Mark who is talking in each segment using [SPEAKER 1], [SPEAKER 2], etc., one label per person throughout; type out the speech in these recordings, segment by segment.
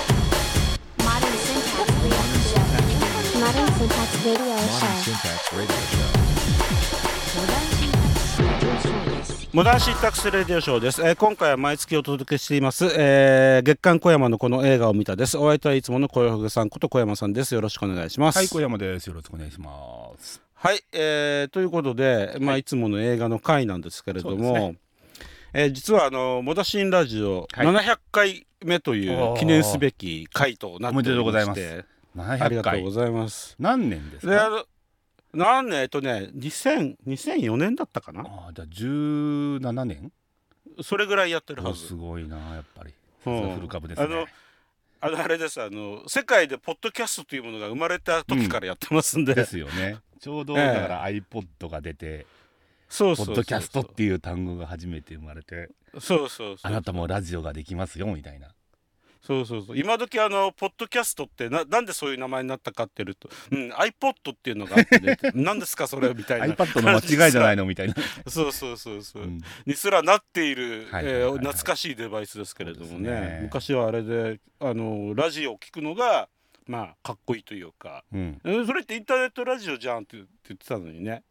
[SPEAKER 1] Modern Syntax Radio Show. Modern Syntax Radio Show.
[SPEAKER 2] Modern Syntax Radio Show.
[SPEAKER 3] モダンシンタクスレディオショーです、えー今回は毎月お届けしています、えー月刊小山のこの映画を見たですお相手はいつもの小山さんこと小山さんですよろしくお願いします
[SPEAKER 2] はい、小山です。よろしくお願いします。
[SPEAKER 3] はい、えーということで、まあ、いつもの映画の回なんですけれども、
[SPEAKER 2] そうです
[SPEAKER 3] えー実はあの「モダシンラジオ」
[SPEAKER 2] はい
[SPEAKER 3] 700回目という記念すべき回となっておりまして
[SPEAKER 2] おめでとうございます
[SPEAKER 3] あり
[SPEAKER 2] 700
[SPEAKER 3] がとうご
[SPEAKER 2] 回。
[SPEAKER 3] ざいます。
[SPEAKER 2] 何年です
[SPEAKER 3] であ
[SPEAKER 2] か。
[SPEAKER 3] の何年えっとね2000 2004年だったかな
[SPEAKER 2] ああ、じゃあ17年。
[SPEAKER 3] それぐらいやってるは
[SPEAKER 2] お
[SPEAKER 3] ず
[SPEAKER 2] すごいな、やっぱり。さ
[SPEAKER 3] うん
[SPEAKER 2] すがフル株です
[SPEAKER 3] あの
[SPEAKER 2] ね。
[SPEAKER 3] あのあれですあの世界でポッドキャストというものが生まれた時からやってますんで、
[SPEAKER 2] ですよね。ちょうど
[SPEAKER 3] ええ
[SPEAKER 2] だから iPod が出て、
[SPEAKER 3] そう
[SPEAKER 2] ポ
[SPEAKER 3] そう
[SPEAKER 2] ッ
[SPEAKER 3] そう
[SPEAKER 2] ドキャストっていう単語が初めて生まれて、
[SPEAKER 3] そうそうそ
[SPEAKER 2] あ
[SPEAKER 3] う
[SPEAKER 2] なたもラジオができますよみたいな。
[SPEAKER 3] そうそうそう今時あのポッドキャストってななんでそういう名前になったかっていうと、うん、iPod っていうのがあって、ね、 何ですかそれみたいな
[SPEAKER 2] iPad の間違いじゃない
[SPEAKER 3] い
[SPEAKER 2] のみたいな。
[SPEAKER 3] そうそうそうそう、
[SPEAKER 2] うん
[SPEAKER 3] にすらなっている、
[SPEAKER 2] はいはいはい
[SPEAKER 3] え
[SPEAKER 2] はい
[SPEAKER 3] ー懐かしいデバイスですけれども
[SPEAKER 2] そうで
[SPEAKER 3] ね
[SPEAKER 2] すね
[SPEAKER 3] 昔はあれであのラジオを聞くのがまあかっこいいというか、
[SPEAKER 2] うん。
[SPEAKER 3] うん、それってインターネットラジオじゃんって言ってたのにね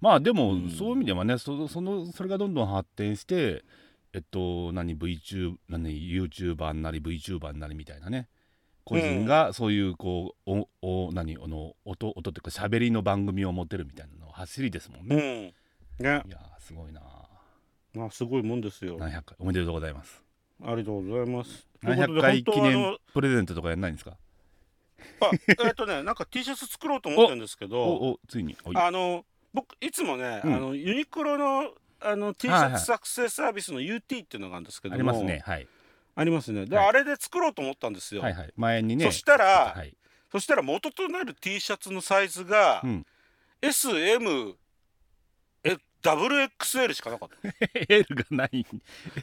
[SPEAKER 2] まあでも、
[SPEAKER 3] うん
[SPEAKER 2] そういう意味ではねそそのそれがどんどん発展してえっと何 VTube 何 YouTuber になり VTuber になりみたいなね個人がそういうこう、おお何あの音音っていうか喋りの番組を持てるみたいなの走りですもん
[SPEAKER 3] うん
[SPEAKER 2] ね、
[SPEAKER 3] ね
[SPEAKER 2] いやーすごいな
[SPEAKER 3] まあすごいもんですよ
[SPEAKER 2] 700回おめでとうございます
[SPEAKER 3] ありがとうございますという
[SPEAKER 2] 700
[SPEAKER 3] ことで
[SPEAKER 2] 回記
[SPEAKER 3] 本当はあの
[SPEAKER 2] 念プレゼントとかやんないんですか
[SPEAKER 3] あ、えっ、とね、なんか T シャツ作ろうと思ってるんですけ
[SPEAKER 2] お
[SPEAKER 3] ど、
[SPEAKER 2] おついにおい
[SPEAKER 3] あの僕いつもね、
[SPEAKER 2] うん
[SPEAKER 3] あのユニクロのあの T シ
[SPEAKER 2] はい
[SPEAKER 3] ャツ作成サービスの UT っていうのがあるんですけども、
[SPEAKER 2] ありますね、はい、
[SPEAKER 3] ありますね。で、
[SPEAKER 2] はい
[SPEAKER 3] あれで作ろうと思ったんですよ。
[SPEAKER 2] はいはい前にね
[SPEAKER 3] そしたら
[SPEAKER 2] はい、
[SPEAKER 3] そしたら元となる T シャツのサイズが、
[SPEAKER 2] うん
[SPEAKER 3] S、M、え、WXL しかなかった。
[SPEAKER 2] L がない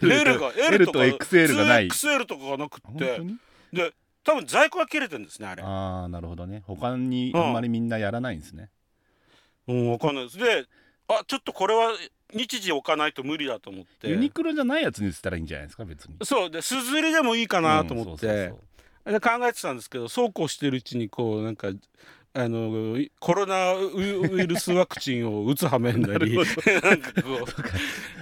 [SPEAKER 3] L が
[SPEAKER 2] L と XL がない
[SPEAKER 3] XL とかがなくっ
[SPEAKER 2] 本
[SPEAKER 3] て
[SPEAKER 2] 当、に
[SPEAKER 3] 多分在庫が切れてるんですねあれ。
[SPEAKER 2] ああなるほどね他に
[SPEAKER 3] うん
[SPEAKER 2] あんまりみんなやらないんですね、
[SPEAKER 3] うん、わかんないです。で、あ、ちょっとこれは日時置かないと無理だと思って。
[SPEAKER 2] ユニクロじゃないやつにしたらいいんじゃないですか別に
[SPEAKER 3] そうで鈴入りでもいいかなと思って、
[SPEAKER 2] うんそうそう
[SPEAKER 3] で考えてたんですけどそうこうしてるうちにこうなんかあのいコロナウウイルスワクチンを打つはめにな り
[SPEAKER 2] な
[SPEAKER 3] なんかこ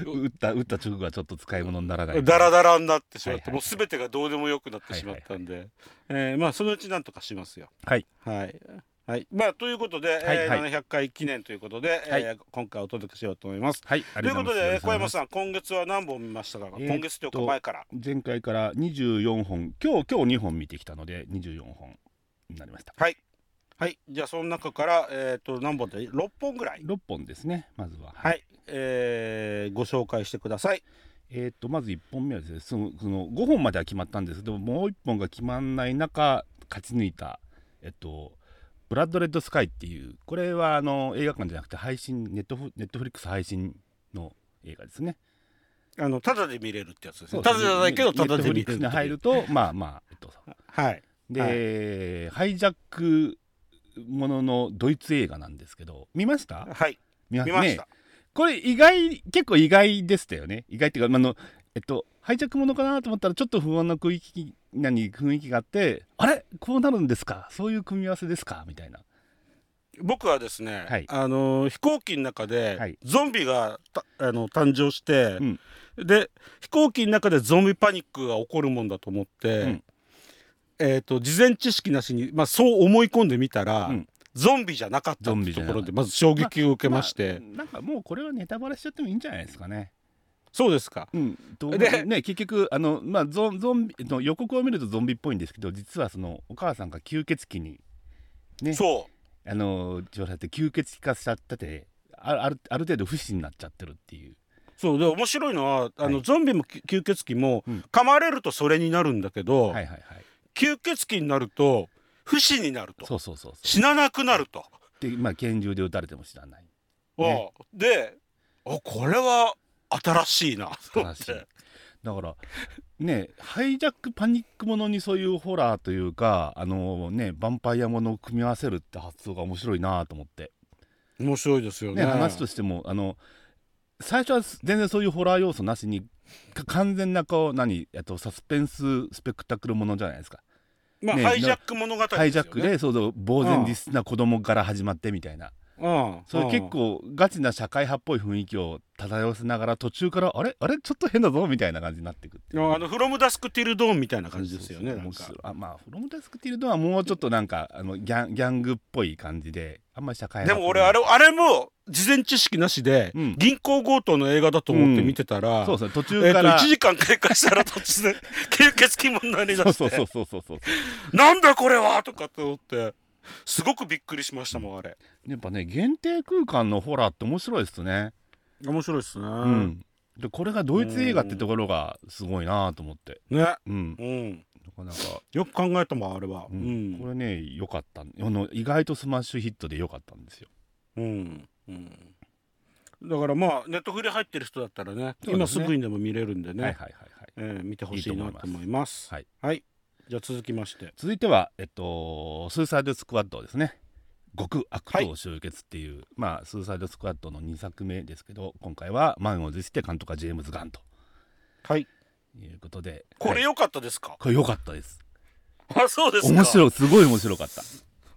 [SPEAKER 2] そう打った打った直後はちょっと使い物にならな
[SPEAKER 3] う
[SPEAKER 2] い
[SPEAKER 3] ダラダラになってしまって、
[SPEAKER 2] はいはいはい
[SPEAKER 3] もう全てがどうでもよくなってしまったんで、えーまあそのうちなんとかしますよ。
[SPEAKER 2] はい
[SPEAKER 3] はいはいまあ、ということで、
[SPEAKER 2] はいはい
[SPEAKER 3] えー700回記念ということで、
[SPEAKER 2] はい
[SPEAKER 3] えー今回お届けしようと思います。
[SPEAKER 2] はいあ
[SPEAKER 3] と
[SPEAKER 2] り
[SPEAKER 3] いう
[SPEAKER 2] がと
[SPEAKER 3] こ
[SPEAKER 2] うご
[SPEAKER 3] と
[SPEAKER 2] ざい
[SPEAKER 3] でえ
[SPEAKER 2] ま
[SPEAKER 3] ー
[SPEAKER 2] す
[SPEAKER 3] 小山さん今月は何本見ましたか、
[SPEAKER 2] えーっと
[SPEAKER 3] 今月というか前から
[SPEAKER 2] 前回から24本今日今日2本見てきたので24本になりました
[SPEAKER 3] はい。はい。じゃあその中から、えっ、と何本で六本ぐらい。
[SPEAKER 2] 6本ですねまずは
[SPEAKER 3] はい。えーご紹介してください。
[SPEAKER 2] えー、とまず1本目はですねそのその5本までは決まったんですけどもう1本が決まんない中勝ち抜いた、えっと、ブラッド・レッド・スカイっていうこれはあの映画館じゃなくて配信ネットフネットフリックス配信の映画ですね。
[SPEAKER 3] あのただで見れるってやつです
[SPEAKER 2] そ
[SPEAKER 3] ね。た
[SPEAKER 2] う
[SPEAKER 3] だ
[SPEAKER 2] で
[SPEAKER 3] じ
[SPEAKER 2] す
[SPEAKER 3] ゃないけど
[SPEAKER 2] ネ
[SPEAKER 3] た
[SPEAKER 2] ット
[SPEAKER 3] だ
[SPEAKER 2] フ
[SPEAKER 3] で見
[SPEAKER 2] リ
[SPEAKER 3] れ
[SPEAKER 2] ック
[SPEAKER 3] る
[SPEAKER 2] スに入ると まあまあ、えっと、
[SPEAKER 3] はい。
[SPEAKER 2] で、ハイジャックもののドイツ映画なんですけど見ました
[SPEAKER 3] はい。
[SPEAKER 2] 見
[SPEAKER 3] 見まし
[SPEAKER 2] ね
[SPEAKER 3] た。
[SPEAKER 2] これ意外結構意外でしたよね意外っていうかまああのえっとハイジャックものかなと思ったらちょっと不安な雰囲気何雰囲気があってあれこうなるんですかそういう組み合わせですかみたいな
[SPEAKER 3] 僕はですね、
[SPEAKER 2] はい
[SPEAKER 3] あのー飛行機の中で、
[SPEAKER 2] はい
[SPEAKER 3] ゾンビがたあの誕生して、
[SPEAKER 2] うん
[SPEAKER 3] で飛行機の中でゾンビパニックが起こるもんだと思って、
[SPEAKER 2] うん
[SPEAKER 3] えー、と事前知識なしに、まあ、そう思い込んでみたら、
[SPEAKER 2] うん
[SPEAKER 3] ゾンビじゃなかった
[SPEAKER 2] ゾ
[SPEAKER 3] っ
[SPEAKER 2] ン
[SPEAKER 3] てい
[SPEAKER 2] ビ
[SPEAKER 3] う
[SPEAKER 2] じ
[SPEAKER 3] と
[SPEAKER 2] ゃなか
[SPEAKER 3] こ
[SPEAKER 2] った
[SPEAKER 3] ろでまず衝撃を受けまして、
[SPEAKER 2] あなんかもうこれはネタバレしちゃってもいいんじゃないですかね
[SPEAKER 3] そうですか。
[SPEAKER 2] うんと
[SPEAKER 3] で
[SPEAKER 2] ね結局あのまあゾンゾンビえっと予告を見るとゾンビっぽいんですけど実はそのお母さんが吸血鬼にね
[SPEAKER 3] そ
[SPEAKER 2] あの調査って吸血鬼化しちゃっててああるある程度不死になっちゃってるっていう
[SPEAKER 3] うそうで面白いのはあの、
[SPEAKER 2] はい
[SPEAKER 3] ゾンビもき吸血鬼も、
[SPEAKER 2] うん
[SPEAKER 3] 噛まれるとそれになるんだけ
[SPEAKER 2] は
[SPEAKER 3] ど、
[SPEAKER 2] いはいはい
[SPEAKER 3] 吸血鬼になると不死になると
[SPEAKER 2] そうそうそうそう
[SPEAKER 3] 死ななくなると。
[SPEAKER 2] でまあ拳銃で撃たれても知らないね
[SPEAKER 3] うんであこれは新しいなと思っ
[SPEAKER 2] 新しい
[SPEAKER 3] て。
[SPEAKER 2] だからねハイジャックパニックものにそういうホラーというかあのねヴァンパイアものを組み合わせるって発想が面白いなと思って
[SPEAKER 3] 面白いですよね
[SPEAKER 2] ね、話としてもあの最初は全然そういうホラー要素なしにか完全なこう何えっとサスペンススペクタクルものじゃないですか、
[SPEAKER 3] まあ、
[SPEAKER 2] ね
[SPEAKER 3] ハイジャック物語ですよ、ね、
[SPEAKER 2] ハイジャックでそうそう呆然自失な子供から始まってみたいな、
[SPEAKER 3] うん
[SPEAKER 2] そういう結構ガチな社会派っぽい雰囲気を漂わせながら途中からあれあれちょっと変だぞみたいな感じになっていくっていう
[SPEAKER 3] あのフロムダスクティルドーンみたいな感じですよね
[SPEAKER 2] そうそう
[SPEAKER 3] なんか
[SPEAKER 2] 面白いあまあフロムダスクティルドはもうちょっとなんかあのギャンギャングっぽい感じであんまり社会
[SPEAKER 3] で
[SPEAKER 2] 派
[SPEAKER 3] も俺あれあれも事前知識なしで、
[SPEAKER 2] うん
[SPEAKER 3] 銀行強盗の映画だと思って見てたら、
[SPEAKER 2] そうそう途中
[SPEAKER 3] えっ
[SPEAKER 2] か
[SPEAKER 3] と
[SPEAKER 2] ら、
[SPEAKER 3] 1時間経過したら突然 吸血鬼になりだして
[SPEAKER 2] そうそうそうそうそう
[SPEAKER 3] なんだこれはとかって思ってすごくびっくりしましたもんあれ
[SPEAKER 2] やっぱね限定空間のホラーって面白いですね、
[SPEAKER 3] 面白いですね、
[SPEAKER 2] うんでこれがドイツ映画ってところがすごいなと思って
[SPEAKER 3] ね
[SPEAKER 2] うん
[SPEAKER 3] うん
[SPEAKER 2] なかなか、
[SPEAKER 3] よく考えたもんあれは
[SPEAKER 2] う
[SPEAKER 3] うんん
[SPEAKER 2] これね良かったあの意外とスマッシュヒットで良かったんですよ
[SPEAKER 3] うん、うんだからまあネットフリ入ってる人だったらね
[SPEAKER 2] そうで
[SPEAKER 3] 今
[SPEAKER 2] す
[SPEAKER 3] す
[SPEAKER 2] ね
[SPEAKER 3] ぐにでも見れるんでね、
[SPEAKER 2] はいはいはいはい
[SPEAKER 3] えー見てほしいなと思います
[SPEAKER 2] はい
[SPEAKER 3] はい、じゃあ続きまして
[SPEAKER 2] 続いては、えっと、スーサイドスクワットですね極悪党集結っていう、まあスーサイドスクワットの2作目ですけど今回は満を持して監督はジェームズ・ガンと
[SPEAKER 3] はい
[SPEAKER 2] いうことで
[SPEAKER 3] こ
[SPEAKER 2] は
[SPEAKER 3] れ
[SPEAKER 2] い
[SPEAKER 3] 良かったですか、
[SPEAKER 2] これ良かったです
[SPEAKER 3] あそうですか
[SPEAKER 2] 面白いすごい面白かった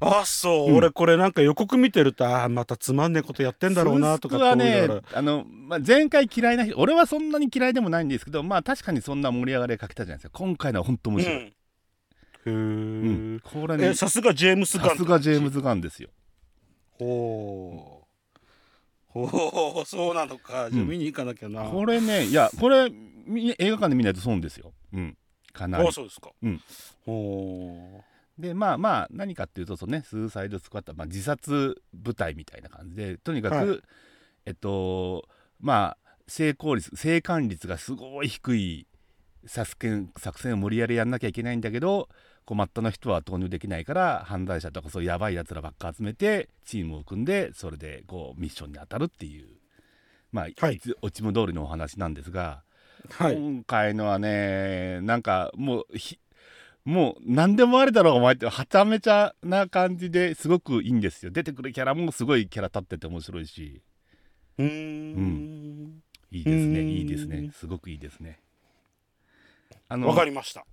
[SPEAKER 3] あそう、
[SPEAKER 2] うん
[SPEAKER 3] 俺これなんか予告見てるとあーまたつまんねえことやってんだろうなとか
[SPEAKER 2] スースクは
[SPEAKER 3] こうい
[SPEAKER 2] ね
[SPEAKER 3] うのが
[SPEAKER 2] あの、まあ、前回嫌いな人俺はそんなに嫌いでもないんですけどまあ確かにそんな盛り上がりかけたじゃないですか今回のは本当面白い、
[SPEAKER 3] うん
[SPEAKER 2] う
[SPEAKER 3] へ
[SPEAKER 2] ん
[SPEAKER 3] ー
[SPEAKER 2] これ
[SPEAKER 3] え
[SPEAKER 2] ねさ
[SPEAKER 3] さすがジェームス・ガン
[SPEAKER 2] すがジェームズ・ガンですよ
[SPEAKER 3] ほうほうそうなのかじゃあ見に行かなきゃな、
[SPEAKER 2] これねいやこれみ映画館で見ないと損ですようんかなり
[SPEAKER 3] あそうですか、
[SPEAKER 2] うん
[SPEAKER 3] ほう
[SPEAKER 2] でまあまあ何かっていうとそのねスーサイドスクワット、まあ、自殺部隊みたいな感じでとにかく、
[SPEAKER 3] は
[SPEAKER 2] えっとまあ成功率生還率がすごい低い作戦作戦を無理やりやんなきゃいけないんだけど困ったの人は投入できないから犯罪者とかそういうやばいやつらばっか集めてチームを組んでそれでこうミッションに当たるっていうまあ、
[SPEAKER 3] はい
[SPEAKER 2] つ落ち目通りのお話なんですが。
[SPEAKER 3] はい
[SPEAKER 2] 今回のはねなんかもうひもう何でもありだろうお前ってはちゃめちゃな感じですごくいいんですよ出てくるキャラもすごいキャラ立ってて面白いし
[SPEAKER 3] うーん
[SPEAKER 2] いいですね
[SPEAKER 3] うん
[SPEAKER 2] いいですねすごくいいですねあ
[SPEAKER 3] わ
[SPEAKER 2] の
[SPEAKER 3] かりました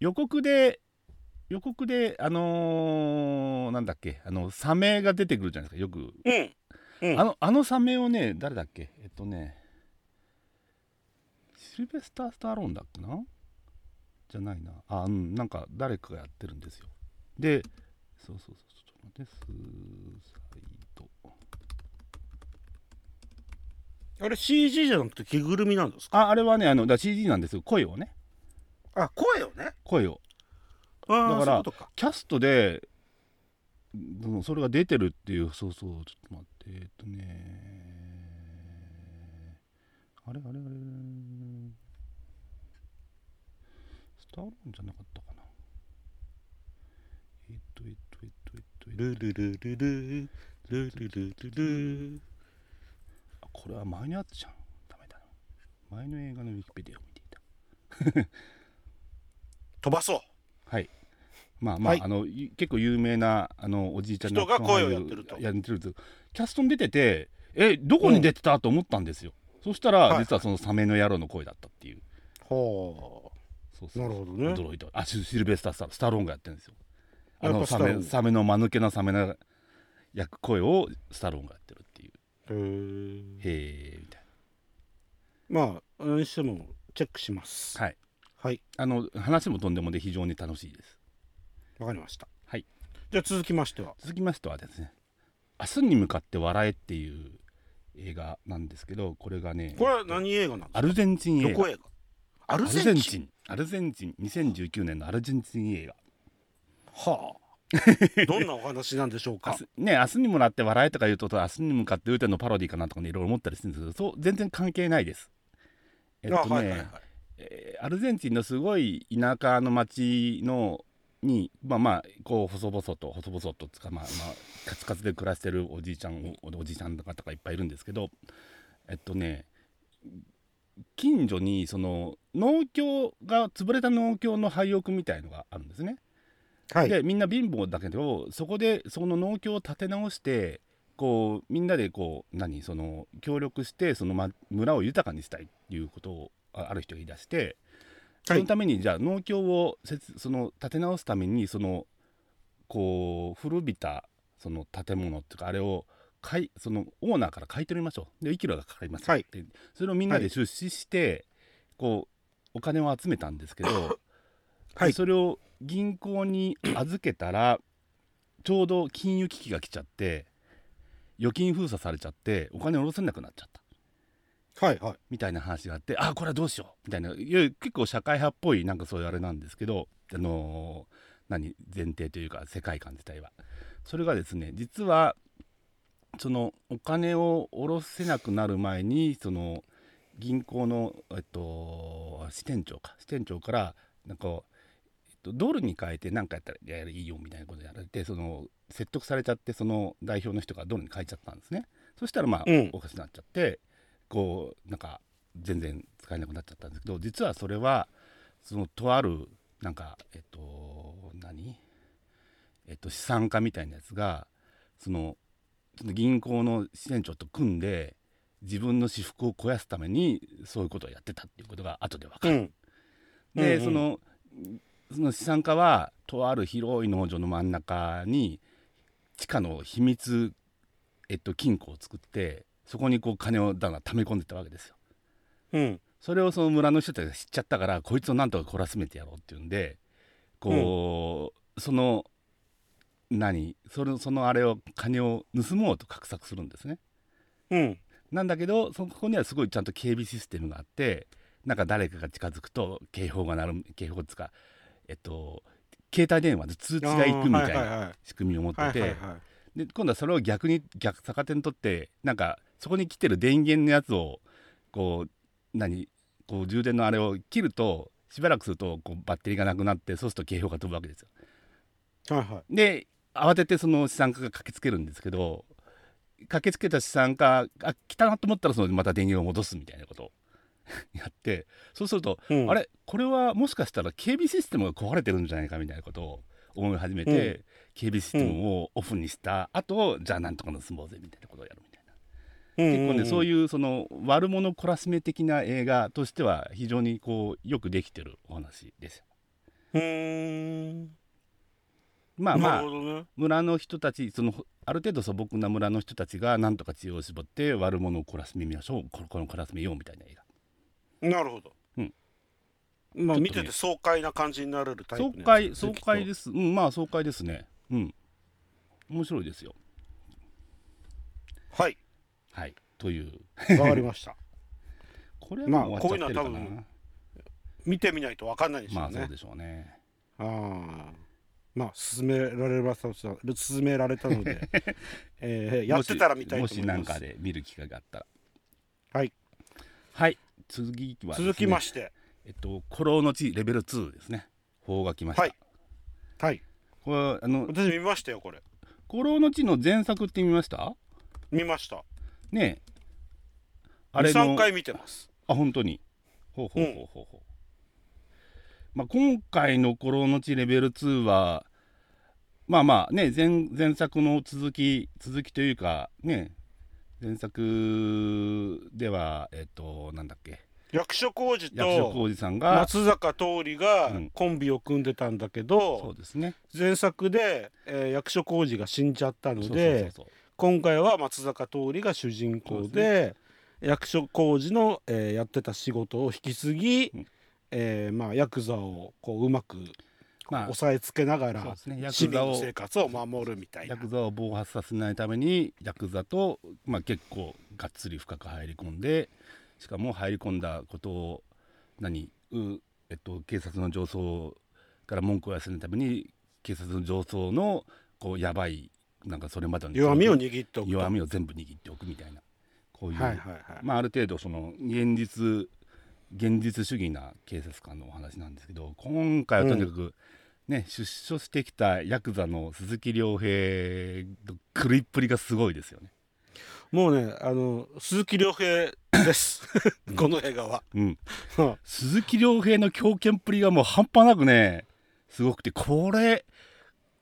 [SPEAKER 2] 予告で予告であのーなんだっけあのサメが出てくるじゃないですかよく
[SPEAKER 3] うんうん
[SPEAKER 2] あのあのサメをね誰だっけえっとねシルベスター・スタローンだっけなじゃないなあうんなんか誰かがやってるんですよでそうそうそうちょっと待ってスーサイド
[SPEAKER 3] あれ CG じゃなくて着ぐるみなんですか
[SPEAKER 2] ああれはねあのだから CG なんですよ声をね
[SPEAKER 3] あ声をね
[SPEAKER 2] 声を
[SPEAKER 3] あ
[SPEAKER 2] だから
[SPEAKER 3] あそういうことか
[SPEAKER 2] キャストでうんそれが出てるっていうそうそうちょっと待ってえっとねあれあれあれスターローンじゃなかったかなえっとえっとえっとえっとえっと
[SPEAKER 3] ルルルルルルルルルル
[SPEAKER 2] あこれは前のやつじゃんダメだな前の映画のウィキペディアを見ていた
[SPEAKER 3] 飛ばそう
[SPEAKER 2] はい。まあまあ、
[SPEAKER 3] はい
[SPEAKER 2] あのい結構有名なあのおじいちゃんの
[SPEAKER 3] 人が声をやってると
[SPEAKER 2] やってるんですよキャストに出ててえどこに出てた、と思ったんですよそしたら、
[SPEAKER 3] はい
[SPEAKER 2] 実はそのサメの野郎の声だったっていう
[SPEAKER 3] ほ
[SPEAKER 2] そう
[SPEAKER 3] う
[SPEAKER 2] そう
[SPEAKER 3] なるほどね
[SPEAKER 2] 驚いたあシルシルベスタースタスタローンがやってるんですよあ
[SPEAKER 3] やっ
[SPEAKER 2] の
[SPEAKER 3] ぱスタ
[SPEAKER 2] サ
[SPEAKER 3] ローン
[SPEAKER 2] メサメの間抜けなサメの役声をスタローンがやってるっていう
[SPEAKER 3] へー
[SPEAKER 2] へえみたい
[SPEAKER 3] まあ何してもチェックします
[SPEAKER 2] なはい
[SPEAKER 3] はい
[SPEAKER 2] あの話もとんでもで非常に楽しいです
[SPEAKER 3] わかりました
[SPEAKER 2] はい
[SPEAKER 3] じゃあ続きましては
[SPEAKER 2] 続きましてはですね「明日に向かって笑え」っていう映画なんですけどこれがね
[SPEAKER 3] これは何映画なんで
[SPEAKER 2] アルゼンチン
[SPEAKER 3] すか
[SPEAKER 2] 映
[SPEAKER 3] ど
[SPEAKER 2] 画
[SPEAKER 3] こ映画ア
[SPEAKER 2] ア
[SPEAKER 3] ル
[SPEAKER 2] ル
[SPEAKER 3] ゼ
[SPEAKER 2] ゼ
[SPEAKER 3] ン
[SPEAKER 2] ン
[SPEAKER 3] チ
[SPEAKER 2] チ
[SPEAKER 3] ン
[SPEAKER 2] ンアルゼンチン2019年のアルゼンチン映画
[SPEAKER 3] はあどんなお話なんでしょう
[SPEAKER 2] 明
[SPEAKER 3] か
[SPEAKER 2] 日ね明日にもらって笑えとか言うと明日に向かって打てのパロディかなとかねいろいろ思ったりするんですけどそう全然関係ないですえっとね、
[SPEAKER 3] あはいはいはい
[SPEAKER 2] えーアルゼンチンのすごい田舎の町のにまあまあこう細々と細々とつかまあまあカツカツで暮らしてるおじいちゃんおおじいちゃん方がいっぱいいるんですけどえっとね近所にその農協が潰れた農協の廃屋みたいのがあるんですね。
[SPEAKER 3] はい
[SPEAKER 2] でみんな貧乏だけどそこでその農協を立て直してこうみんなでこう何その協力してその、ま、村を豊かにしたいっていうことをあある人が言い出して、
[SPEAKER 3] はい
[SPEAKER 2] そのためにじゃあ農協をせつその立て直すためにそのこう古びたその建物っていうかあれを買いそのオーナーから買い取りましょうでいくらがかかりますよ
[SPEAKER 3] はい
[SPEAKER 2] って、それをみんなで出資して、こうお金を集めたんですけど、
[SPEAKER 3] はい
[SPEAKER 2] それを銀行に預けたらちょうど金融危機が来ちゃって預金封鎖されちゃってお金を下ろせなくなっちゃった
[SPEAKER 3] はいはい
[SPEAKER 2] みたいな話があってあこれはどうしようみたいないや結構社会派っぽいなんかそういうあれなんですけどあのー何前提というか世界観自体はそれがですね実はそのお金を下ろせなくなる前にその銀行の、えっと、支店長か支店長からなんか、えっと、ドルに変えて何かやったらいやいいよみたいなことやられてその説得されちゃってその代表の人がドルに変えちゃったんですねそしたらまあ、
[SPEAKER 3] うん
[SPEAKER 2] おかしくなっちゃってこうなんか全然使えなくなっちゃったんですけど実はそれはそのとあるなんかえっと何えっと資産家みたいなやつがそのその銀行の支店長と組んで自分の私服を肥やすためにそういうことをやってたっていうことが後で分か
[SPEAKER 3] う
[SPEAKER 2] る。
[SPEAKER 3] ん
[SPEAKER 2] で、
[SPEAKER 3] うんうん
[SPEAKER 2] そのその資産家はとある広い農場の真ん中に地下の秘密、えっと、金庫を作ってそこにこう金をだんだん溜め込んでったわけですよ。
[SPEAKER 3] うん
[SPEAKER 2] それをその村の人たちが知っちゃったからこいつをなんとか懲らしめてやろうっていうんでこう、その何そのそのあれを金を盗もうと画策するんですね。
[SPEAKER 3] うん
[SPEAKER 2] なんだけどそこにはすごいちゃんと警備システムがあってなんか誰かが近づくと警報が鳴る警報っつうかえっと携帯電話で通知が行くみたい
[SPEAKER 3] あー
[SPEAKER 2] な仕組みを持って
[SPEAKER 3] はいはいはいはい
[SPEAKER 2] て
[SPEAKER 3] はいはい
[SPEAKER 2] で今度はそれを逆に逆逆手にとってなんかそこに来てる電源のやつをこう何こう充電のあれを切るとしばらくするとこうバッテリーがなくなってそうすると警報が飛ぶわけですよ。
[SPEAKER 3] はいはい
[SPEAKER 2] で慌ててその資産家が駆けつけるんですけど駆けつけた資産家が来たなと思ったらそのまた電源を戻すみたいなことをやってそうすると、
[SPEAKER 3] うん
[SPEAKER 2] あれこれはもしかしたら警備システムが壊れてるんじゃないかみたいなことを思い始めて、
[SPEAKER 3] う
[SPEAKER 2] 警備システムをオフにした後、じゃあなんとか盗もうぜみたいなことをやるみたいな、
[SPEAKER 3] 結
[SPEAKER 2] 結構ねそう
[SPEAKER 3] い
[SPEAKER 2] いうその悪者懲らしめ的な映画としては非常にこうよくできてるお話ですよ。
[SPEAKER 3] うーん
[SPEAKER 2] まあま
[SPEAKER 3] な
[SPEAKER 2] あ
[SPEAKER 3] るほどね
[SPEAKER 2] 村の人たちそのある程度素朴な村の人たちがなんとか知恵を絞って悪者を懲らしめましょうこのこの懲らしめようみたいな映画
[SPEAKER 3] なるほど、
[SPEAKER 2] うん
[SPEAKER 3] まあ
[SPEAKER 2] ちょっとね
[SPEAKER 3] 見てて爽快な感じになれるタイプ
[SPEAKER 2] 爽
[SPEAKER 3] のやつ
[SPEAKER 2] 快爽快
[SPEAKER 3] きっ
[SPEAKER 2] ですうんまあ爽快ですねうん面白いですよ
[SPEAKER 3] とはい
[SPEAKER 2] はいという
[SPEAKER 3] わかりました
[SPEAKER 2] これはもう
[SPEAKER 3] まあ
[SPEAKER 2] 終わっちゃってるかな、
[SPEAKER 3] こう
[SPEAKER 2] ま
[SPEAKER 3] いう
[SPEAKER 2] あ、
[SPEAKER 3] のは見てみないとわかんないですよね、
[SPEAKER 2] そうでしょうね
[SPEAKER 3] あーまあ勧められました勧められた ので、えーやってたら見たいと
[SPEAKER 2] も
[SPEAKER 3] 思います
[SPEAKER 2] しもしなんかで見る機会があったら
[SPEAKER 3] はい
[SPEAKER 2] はい次はですね、
[SPEAKER 3] 続きまして
[SPEAKER 2] えっと「孤狼の地レベル2」ですね方が来ました、
[SPEAKER 3] はいはい
[SPEAKER 2] これはあの
[SPEAKER 3] 私見ましたよこれ
[SPEAKER 2] 「孤狼の地」の前作って見ました
[SPEAKER 3] 見ました
[SPEAKER 2] ねえあれ
[SPEAKER 3] 23
[SPEAKER 2] の
[SPEAKER 3] 回見てます
[SPEAKER 2] あ本当にほうほうほうほうほう、まあ、今回の「コロの地レベル2は」まあまあね前前作の続き続きというかね前作ではえっとなんだっけ
[SPEAKER 3] 役所広司
[SPEAKER 2] 役所
[SPEAKER 3] と
[SPEAKER 2] 広司さんが
[SPEAKER 3] 松坂桃李が
[SPEAKER 2] うん
[SPEAKER 3] コンビを組んでたんだけど、
[SPEAKER 2] そうですね
[SPEAKER 3] 前作で、えー役所広司が死んじゃったので
[SPEAKER 2] そうそうそうそう
[SPEAKER 3] 今回は松坂桃李が主人公
[SPEAKER 2] そう
[SPEAKER 3] で役所広司の、えーやってた仕事を引き継ぎ、
[SPEAKER 2] うん
[SPEAKER 3] えーまあ、ヤクザをこううまく
[SPEAKER 2] まあ
[SPEAKER 3] 押さえつけなが
[SPEAKER 2] そう
[SPEAKER 3] ら
[SPEAKER 2] ですねヤ
[SPEAKER 3] 市
[SPEAKER 2] ク
[SPEAKER 3] 民
[SPEAKER 2] ザ
[SPEAKER 3] の
[SPEAKER 2] を
[SPEAKER 3] 生活を守るみたいな
[SPEAKER 2] ヤクザを暴発させないためにヤクザと、まあ、結構がっつり深く入り込んでしかも入り込んだことを何う、えっと、警察の上層から文句を休めるために警察の上層のこうやばいなんかそれまでの
[SPEAKER 3] 弱みを握っておくと
[SPEAKER 2] 弱みを全部握っておくみたいなこういう、
[SPEAKER 3] はいはいはい、
[SPEAKER 2] まあ、ある程度その現実現実主義な警察官のお話なんですけど今回はとにかく、ね出所してきたヤクザの鈴木亮平の狂いっぷりがすごいですよね。
[SPEAKER 3] もうねあの鈴木亮平です この映画は、
[SPEAKER 2] うん、鈴木亮平の狂犬っぷりがもう半端なくねすごくてこれ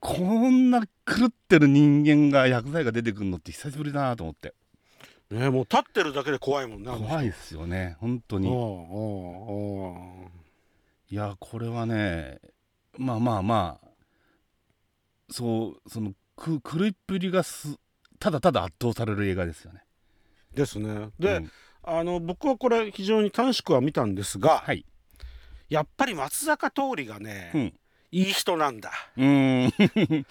[SPEAKER 2] こんな狂ってる人間が薬剤が出てくるのって久しぶりだなと思って
[SPEAKER 3] ねもう立ってるだけで怖いもんな
[SPEAKER 2] 怖いですよね本当
[SPEAKER 3] おう
[SPEAKER 2] に
[SPEAKER 3] おうおう
[SPEAKER 2] いやこれはねまあまあまあそうそのく狂いっぷりがすただただ圧倒される映画ですよね
[SPEAKER 3] ですねで、
[SPEAKER 2] うん
[SPEAKER 3] あの僕はこれ非常に短縮は見たんですが、
[SPEAKER 2] はい
[SPEAKER 3] やっぱり松坂桃李がね、
[SPEAKER 2] うん
[SPEAKER 3] いい人なんだ
[SPEAKER 2] うーん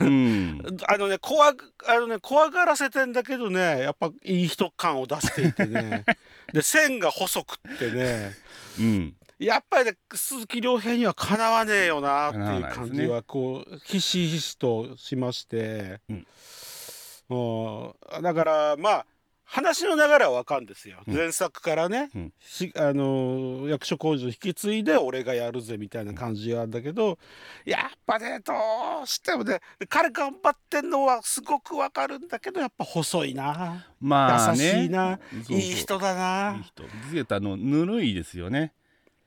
[SPEAKER 2] うん
[SPEAKER 3] あのね怖があのね怖がらせてんだけどねやっぱいい人感を出してい てねで線が細くってね
[SPEAKER 2] うん
[SPEAKER 3] やっぱりね鈴木亮平にはかなわねえよなっていう感じ
[SPEAKER 2] 叶わないです
[SPEAKER 3] はこうひしひしとしまして、
[SPEAKER 2] うん
[SPEAKER 3] もうだからまあ話の流れはわかるんですよ、
[SPEAKER 2] うん
[SPEAKER 3] 前作からね、
[SPEAKER 2] うん
[SPEAKER 3] しあの役所工事を引き継いで俺がやるぜみたいな感じなんだけど、やっぱねどうしてもね彼頑張ってんのはすごくわかるんだけどやっぱ細いな、
[SPEAKER 2] まあね
[SPEAKER 3] 優しいな
[SPEAKER 2] そうそう
[SPEAKER 3] いい人だ
[SPEAKER 2] いい
[SPEAKER 3] な、
[SPEAKER 2] 人ゼータのぬるいですよね、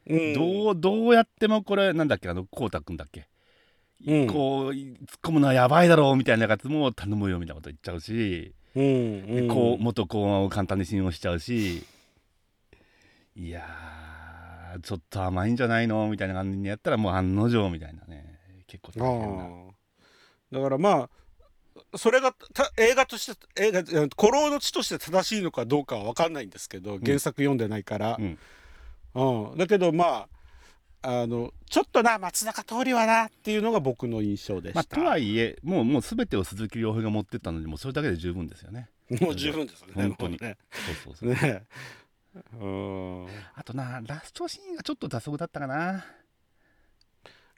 [SPEAKER 3] うん
[SPEAKER 2] どうどうやってもこれなんだっけあのこうたくんだっけ、
[SPEAKER 3] うん
[SPEAKER 2] こう突っ込むのはやばいだろうみたいなやつも頼むよみたいなこと言っちゃうし、
[SPEAKER 3] うんうん
[SPEAKER 2] こう元公安を簡単に信用しちゃうしいやーちょっと甘いんじゃないのみたいな感じにやったらもう案の定みたいなね結構大変な
[SPEAKER 3] ああだからまあそれがた映画として映画えー古老の地として正しいのかどうかは分かんないんですけど原作読んでないから、
[SPEAKER 2] うん
[SPEAKER 3] うんだけどまああのちょっとな松坂桃李はなっていうのが僕の印象でした、
[SPEAKER 2] まあ、とはいえもうもう全てを鈴木亮平が持ってったのでもうそれだけで十分ですよね。
[SPEAKER 3] もう十分ですね
[SPEAKER 2] 本当に
[SPEAKER 3] も
[SPEAKER 2] そうそうそう
[SPEAKER 3] うねねうん
[SPEAKER 2] あとなラストシーンがちょっと打足だったかな。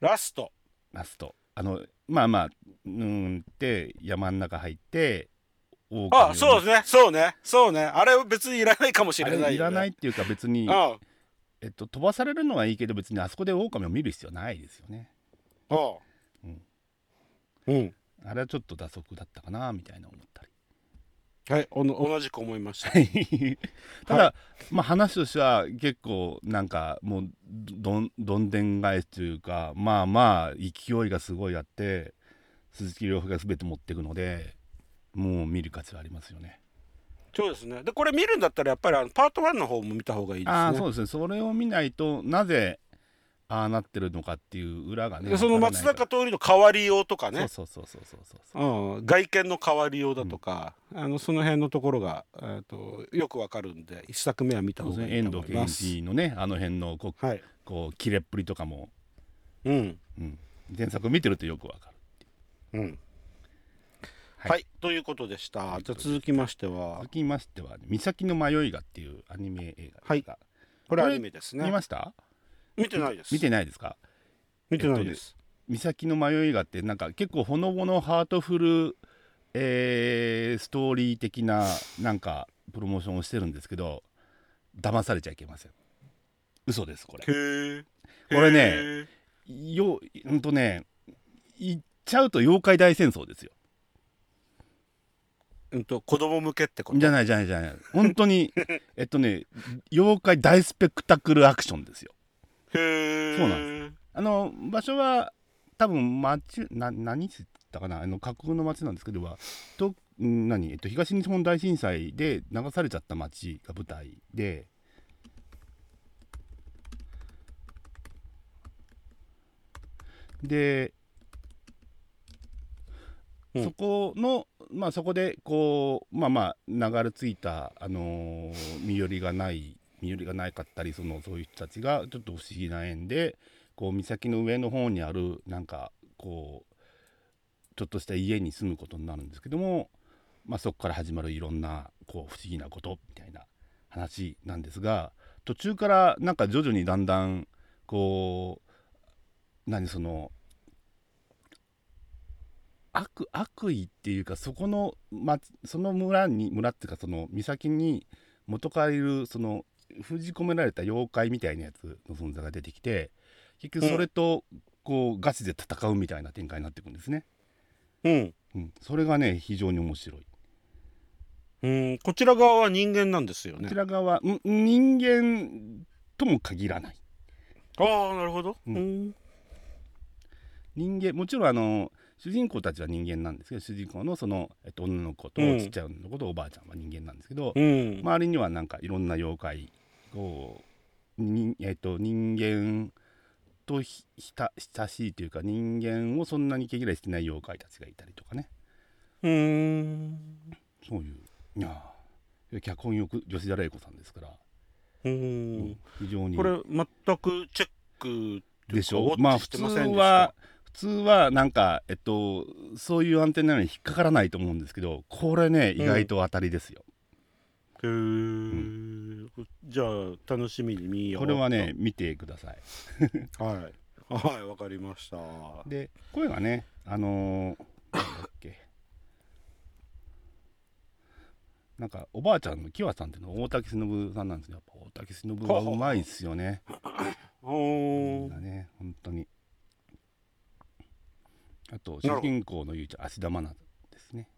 [SPEAKER 3] ラスト
[SPEAKER 2] ラストあのまあまあうーんって山の中入って狼を
[SPEAKER 3] あそうですねそうねそうねあれは別にいらないかもし
[SPEAKER 2] あ
[SPEAKER 3] れないよ、
[SPEAKER 2] れ
[SPEAKER 3] ね、
[SPEAKER 2] いらないっていうか別に、
[SPEAKER 3] あ
[SPEAKER 2] えっと、飛ばされるのはいいけど別にあそこで狼を見る必要ないですよね
[SPEAKER 3] ああ
[SPEAKER 2] うん
[SPEAKER 3] うん
[SPEAKER 2] あれはちょっと打足だったかなみたいな思った
[SPEAKER 3] はいおの同じく思いました
[SPEAKER 2] り ただ、まあ話としては結構なんかもうどんどんでん返しというかまあまあ勢いがすごいあって鈴木亮平が全て持っていくのでもう見る価値はありますよね
[SPEAKER 3] そうですね。でこれ見るんだったらやっぱりあのパート1の方も見た方がいいですね。
[SPEAKER 2] ああそうですねそれを見ないとなぜああなってるのかっていう裏がね
[SPEAKER 3] でその
[SPEAKER 2] わから
[SPEAKER 3] 松
[SPEAKER 2] ない
[SPEAKER 3] 坂桃李の変わりようとか
[SPEAKER 2] から
[SPEAKER 3] ね。
[SPEAKER 2] そうそうそうそうそうそう
[SPEAKER 3] うん、外見の変わりようだとか、あのその辺のところが、えー、とよくわかるんで一作目は見た
[SPEAKER 2] そう
[SPEAKER 3] 方
[SPEAKER 2] です
[SPEAKER 3] が
[SPEAKER 2] ね
[SPEAKER 3] いい
[SPEAKER 2] 遠
[SPEAKER 3] と
[SPEAKER 2] 藤
[SPEAKER 3] 思いま
[SPEAKER 2] 憲
[SPEAKER 3] す。
[SPEAKER 2] 一のねあの辺のこう
[SPEAKER 3] はい、
[SPEAKER 2] こう切れっぷりとかも、
[SPEAKER 3] うん
[SPEAKER 2] うん、前作見てるとよくわかる
[SPEAKER 3] うん
[SPEAKER 2] は
[SPEAKER 3] はいい、ということでした。じゃあ続きましては
[SPEAKER 2] 続、きましては、ね「岬の迷いが」っていうアニメ映画ですが、
[SPEAKER 3] これアニメです
[SPEAKER 2] 見
[SPEAKER 3] ね。
[SPEAKER 2] ました
[SPEAKER 3] 見てないです。
[SPEAKER 2] 見てないですか
[SPEAKER 3] 見てないです。
[SPEAKER 2] 岬の迷いがってなんか結構ほのぼのハートフル、えーストーリー的ななんかプロモーションをしてるんですけど騙されちゃいけません嘘ですこれ
[SPEAKER 3] へえ。
[SPEAKER 2] これね
[SPEAKER 3] へー。
[SPEAKER 2] ようんとね言っちゃうと妖怪大戦争ですよ
[SPEAKER 3] うんと子供向けってこと。
[SPEAKER 2] じゃないじゃないじゃない本当にえっとね妖怪大スペクタクルアクションですよ
[SPEAKER 3] へえ。
[SPEAKER 2] そうなんあの場所は多分町な何市だったかなあの架空の町なんですけどはとん何、えっと、東日本大震災で流されちゃった町が舞台でで、
[SPEAKER 3] うん
[SPEAKER 2] そこのまあそこでこうまあまあ流れ着いたあのー身寄りがない身寄りがないかったりそのそういう人たちがちょっと不思議な縁でこう岬の上の方にあるなんかこうちょっとした家に住むことになるんですけども、まあ、そこから始まるいろんなこう不思議なことみたいな話なんですが途中からなんか徐々にだんだんこう何その悪悪意っていうかそこの、ま、その村に村っていうかその岬に元からいるその封じ込められた妖怪みたいなやつの存在が出てきて結局それとこうガチで戦うみたいな展開になっていくんですね。
[SPEAKER 3] うん。
[SPEAKER 2] うん、それがね非常に面白い。
[SPEAKER 3] うん、こちら側は人間なんですよ
[SPEAKER 2] こ
[SPEAKER 3] ね
[SPEAKER 2] ち。ら側ん人間とも限らない
[SPEAKER 3] ああ、なるほど。
[SPEAKER 2] うん
[SPEAKER 3] うん
[SPEAKER 2] 人間もちろんあの主人公たちは人間なんですけど主人公のその、えっと、女の子と
[SPEAKER 3] うん
[SPEAKER 2] ちっちゃい女の子とおばあちゃんは人間なんですけど、
[SPEAKER 3] うん、
[SPEAKER 2] 周りにはなんかいろんな妖怪をに、えっと、人間とひひた親しいというか人間をそんなに毛嫌いしてない妖怪たちがいたりとかね
[SPEAKER 3] うーん
[SPEAKER 2] そういういやー脚本よく吉田玲子さんですから、う
[SPEAKER 3] う
[SPEAKER 2] んん非常に
[SPEAKER 3] これ全くチェック
[SPEAKER 2] でし
[SPEAKER 3] ウォ
[SPEAKER 2] ょ
[SPEAKER 3] ッチ
[SPEAKER 2] まあ
[SPEAKER 3] し
[SPEAKER 2] 普
[SPEAKER 3] て
[SPEAKER 2] 通
[SPEAKER 3] ませんでした
[SPEAKER 2] は普通はなんかえっとそういうアンテナに引っかからないと思うんですけどこれね
[SPEAKER 3] うん
[SPEAKER 2] 意外と当たりですよ、
[SPEAKER 3] へーじゃあ楽しみに見よう
[SPEAKER 2] これはね見てください
[SPEAKER 3] はいはいわかりました
[SPEAKER 2] で声がねあのー、なんだっけなんかおばあちゃんのキワさんっていうのは大竹しのぶさんなんですよやっぱ大竹しのぶはうまいっすよね
[SPEAKER 3] お
[SPEAKER 2] みんなね本当にあと主人公のゆうちゃん芦田愛菜ですね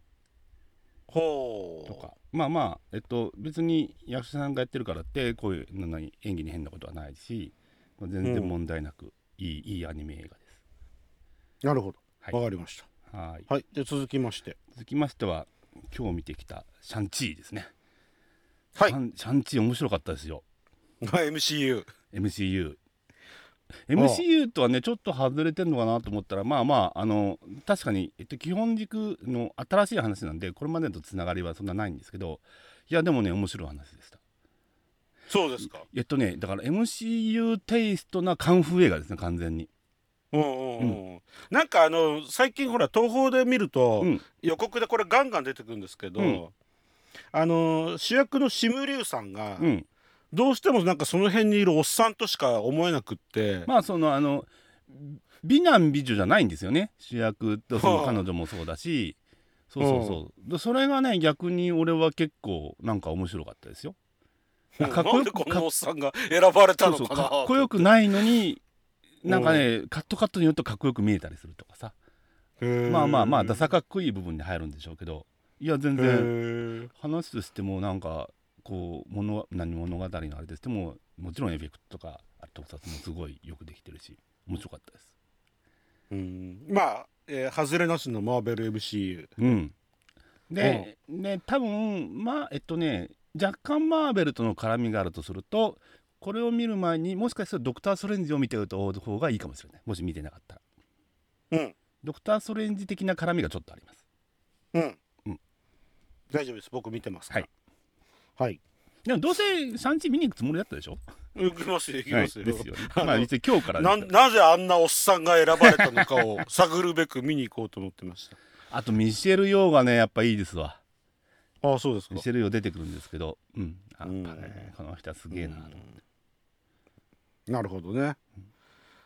[SPEAKER 3] ほう
[SPEAKER 2] とかまあまあえっと別に役者さんがやってるからってこういうの何演技に変なことはないし、まあ全
[SPEAKER 3] う
[SPEAKER 2] 然
[SPEAKER 3] ん
[SPEAKER 2] 問題なく、いいいいアニメ映画です
[SPEAKER 3] なるほど
[SPEAKER 2] はい
[SPEAKER 3] わかりました
[SPEAKER 2] はい
[SPEAKER 3] はいで続きまして
[SPEAKER 2] 続きましては今日見てきた「シャンチー」ですね、
[SPEAKER 3] はい
[SPEAKER 2] シ ャンシャンチー面白かったですよ
[SPEAKER 3] はい MCU
[SPEAKER 2] MCU
[SPEAKER 3] あ
[SPEAKER 2] MCU とはねちょっと外れてんのかなと思ったらまあまああの確かに、えっと、基本軸の新しい話なんでこれまでとつながりはそんなないんですけどいやでもね面白い話でした
[SPEAKER 3] そうですか
[SPEAKER 2] えっとねだから MCU テイストなカンフー映画ですね完全に
[SPEAKER 3] うんうんうん、なんかあの最近ほら東宝で見ると、
[SPEAKER 2] うん
[SPEAKER 3] 予告でこれガンガン出てくるんですけど、
[SPEAKER 2] うん
[SPEAKER 3] あの主役のシムリュウさんが、
[SPEAKER 2] うん
[SPEAKER 3] どうしてもなんかその辺にいるおっさんとしか思えなくって、
[SPEAKER 2] まあそのあの美男美女じゃないんですよね主役とそ
[SPEAKER 3] は
[SPEAKER 2] の
[SPEAKER 3] あ
[SPEAKER 2] 彼女もそうだしそうそうそうでそれがね逆に俺は結構なんか面白かったですよ
[SPEAKER 3] うん
[SPEAKER 2] かっこ
[SPEAKER 3] なん
[SPEAKER 2] よ
[SPEAKER 3] で
[SPEAKER 2] く
[SPEAKER 3] こ
[SPEAKER 2] か
[SPEAKER 3] のおっさんが選ばれた
[SPEAKER 2] そう
[SPEAKER 3] の
[SPEAKER 2] そ
[SPEAKER 3] か
[SPEAKER 2] う
[SPEAKER 3] な
[SPEAKER 2] かっこよくないのになんかねカットカットによってかっこよく見えたりするとかさまあまあまあダサかっこいい部分に入るんでしょうけどいや全然
[SPEAKER 3] 然
[SPEAKER 2] 話としてもなんかこう物は何物語のあれですでももちろんエフェクトとか特撮もすごいよくできてるし面白かったです
[SPEAKER 3] うんまあ、えー、外れなしのマーベル MCU
[SPEAKER 2] うんで、ね多分まあえっとね若干マーベルとの絡みがあるとするとこれを見る前にもしかしたら「ドクター・ストレンジ」を見ておいた方がいいかもしれないもし見てなかったら
[SPEAKER 3] うん
[SPEAKER 2] ドクター・ストレンジ的な絡みがちょっとあります
[SPEAKER 3] うん、
[SPEAKER 2] うん
[SPEAKER 3] 大丈夫です僕見てますからはい
[SPEAKER 2] でもどうせ3チ見に行くつもりだったでしょ
[SPEAKER 3] 行きますよ行きますよ、
[SPEAKER 2] はいですよね、
[SPEAKER 3] あの
[SPEAKER 2] まあ一応今日からです
[SPEAKER 3] な
[SPEAKER 2] から
[SPEAKER 3] なぜあんなおっさんが選ばれたのかを探るべく見に行こうと思ってました。
[SPEAKER 2] あとミシェル・ヨーがねやっぱいいですわ
[SPEAKER 3] ああそうですか
[SPEAKER 2] ミ。シェル・ヨー出てくるんですけど、うん、あ
[SPEAKER 3] うん
[SPEAKER 2] やっぱねこの人はすげえなと思って
[SPEAKER 3] なるほどね。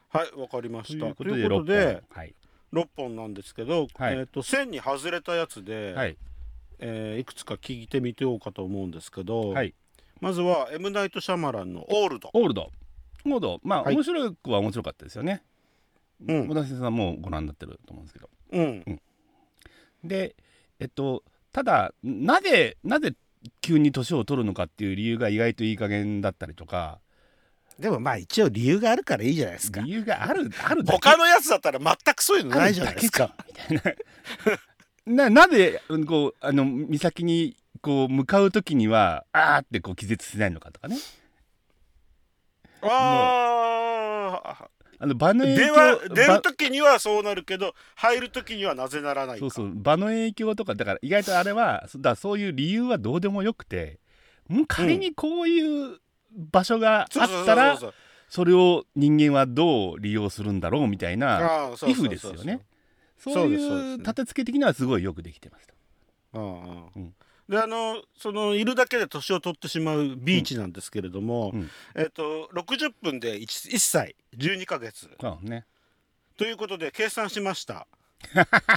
[SPEAKER 3] はいわかりま
[SPEAKER 2] と
[SPEAKER 3] し
[SPEAKER 2] いう
[SPEAKER 3] た。
[SPEAKER 2] ことと
[SPEAKER 3] い
[SPEAKER 2] で
[SPEAKER 3] うことで
[SPEAKER 2] 六本はい、
[SPEAKER 3] 6本なんですけど、
[SPEAKER 2] はい
[SPEAKER 3] えー、と線に外れたやつで、
[SPEAKER 2] はいい
[SPEAKER 3] えーいくつか聞いてみてようかと思うんですけど、
[SPEAKER 2] はい
[SPEAKER 3] まずは「M ナイト・シャマラン」の「オールド
[SPEAKER 2] オールドオールドまあ、
[SPEAKER 3] はい
[SPEAKER 2] 面白くは面白かったですよね」
[SPEAKER 3] うん
[SPEAKER 2] 私さんもご覧になってると思うんですけど
[SPEAKER 3] うん
[SPEAKER 2] でえっとただなぜなぜ急に年を取るのかっていう理由が意外といい加減だったりとか
[SPEAKER 3] でもまあ一応理由があるからいいじゃないです
[SPEAKER 2] 理由がある あるだけ
[SPEAKER 3] 他のやつだったら全くそういうのないじゃないですか。
[SPEAKER 2] みたい なななぜうんこうあの岬にこう向かう時にはあーってこう気絶しないのかとかね
[SPEAKER 3] あ
[SPEAKER 2] あの場の
[SPEAKER 3] あ
[SPEAKER 2] 影
[SPEAKER 3] 出は
[SPEAKER 2] 響
[SPEAKER 3] 出
[SPEAKER 2] ば
[SPEAKER 3] る時にはそうなるけど入る時にはなぜならない
[SPEAKER 2] そ
[SPEAKER 3] か
[SPEAKER 2] うそう場の影響とかだから意外とあれはそだからそういう理由はどうでもよくてもう仮にこういう場所があったら
[SPEAKER 3] そう
[SPEAKER 2] それを人間はどう利用するんだろうみたいな
[SPEAKER 3] ああそうそうそうそう
[SPEAKER 2] イフですよね。そうい
[SPEAKER 3] そうですそう
[SPEAKER 2] う
[SPEAKER 3] です
[SPEAKER 2] 立て付け的にはすごいよくできてました。
[SPEAKER 3] うんう
[SPEAKER 2] うんん、
[SPEAKER 3] であのそのいるだけで年を取ってしまうビーチなんですけれども、
[SPEAKER 2] うんうん
[SPEAKER 3] えっと60分で 1, 1歳12ヶ月
[SPEAKER 2] そうね
[SPEAKER 3] ということで計算し ました。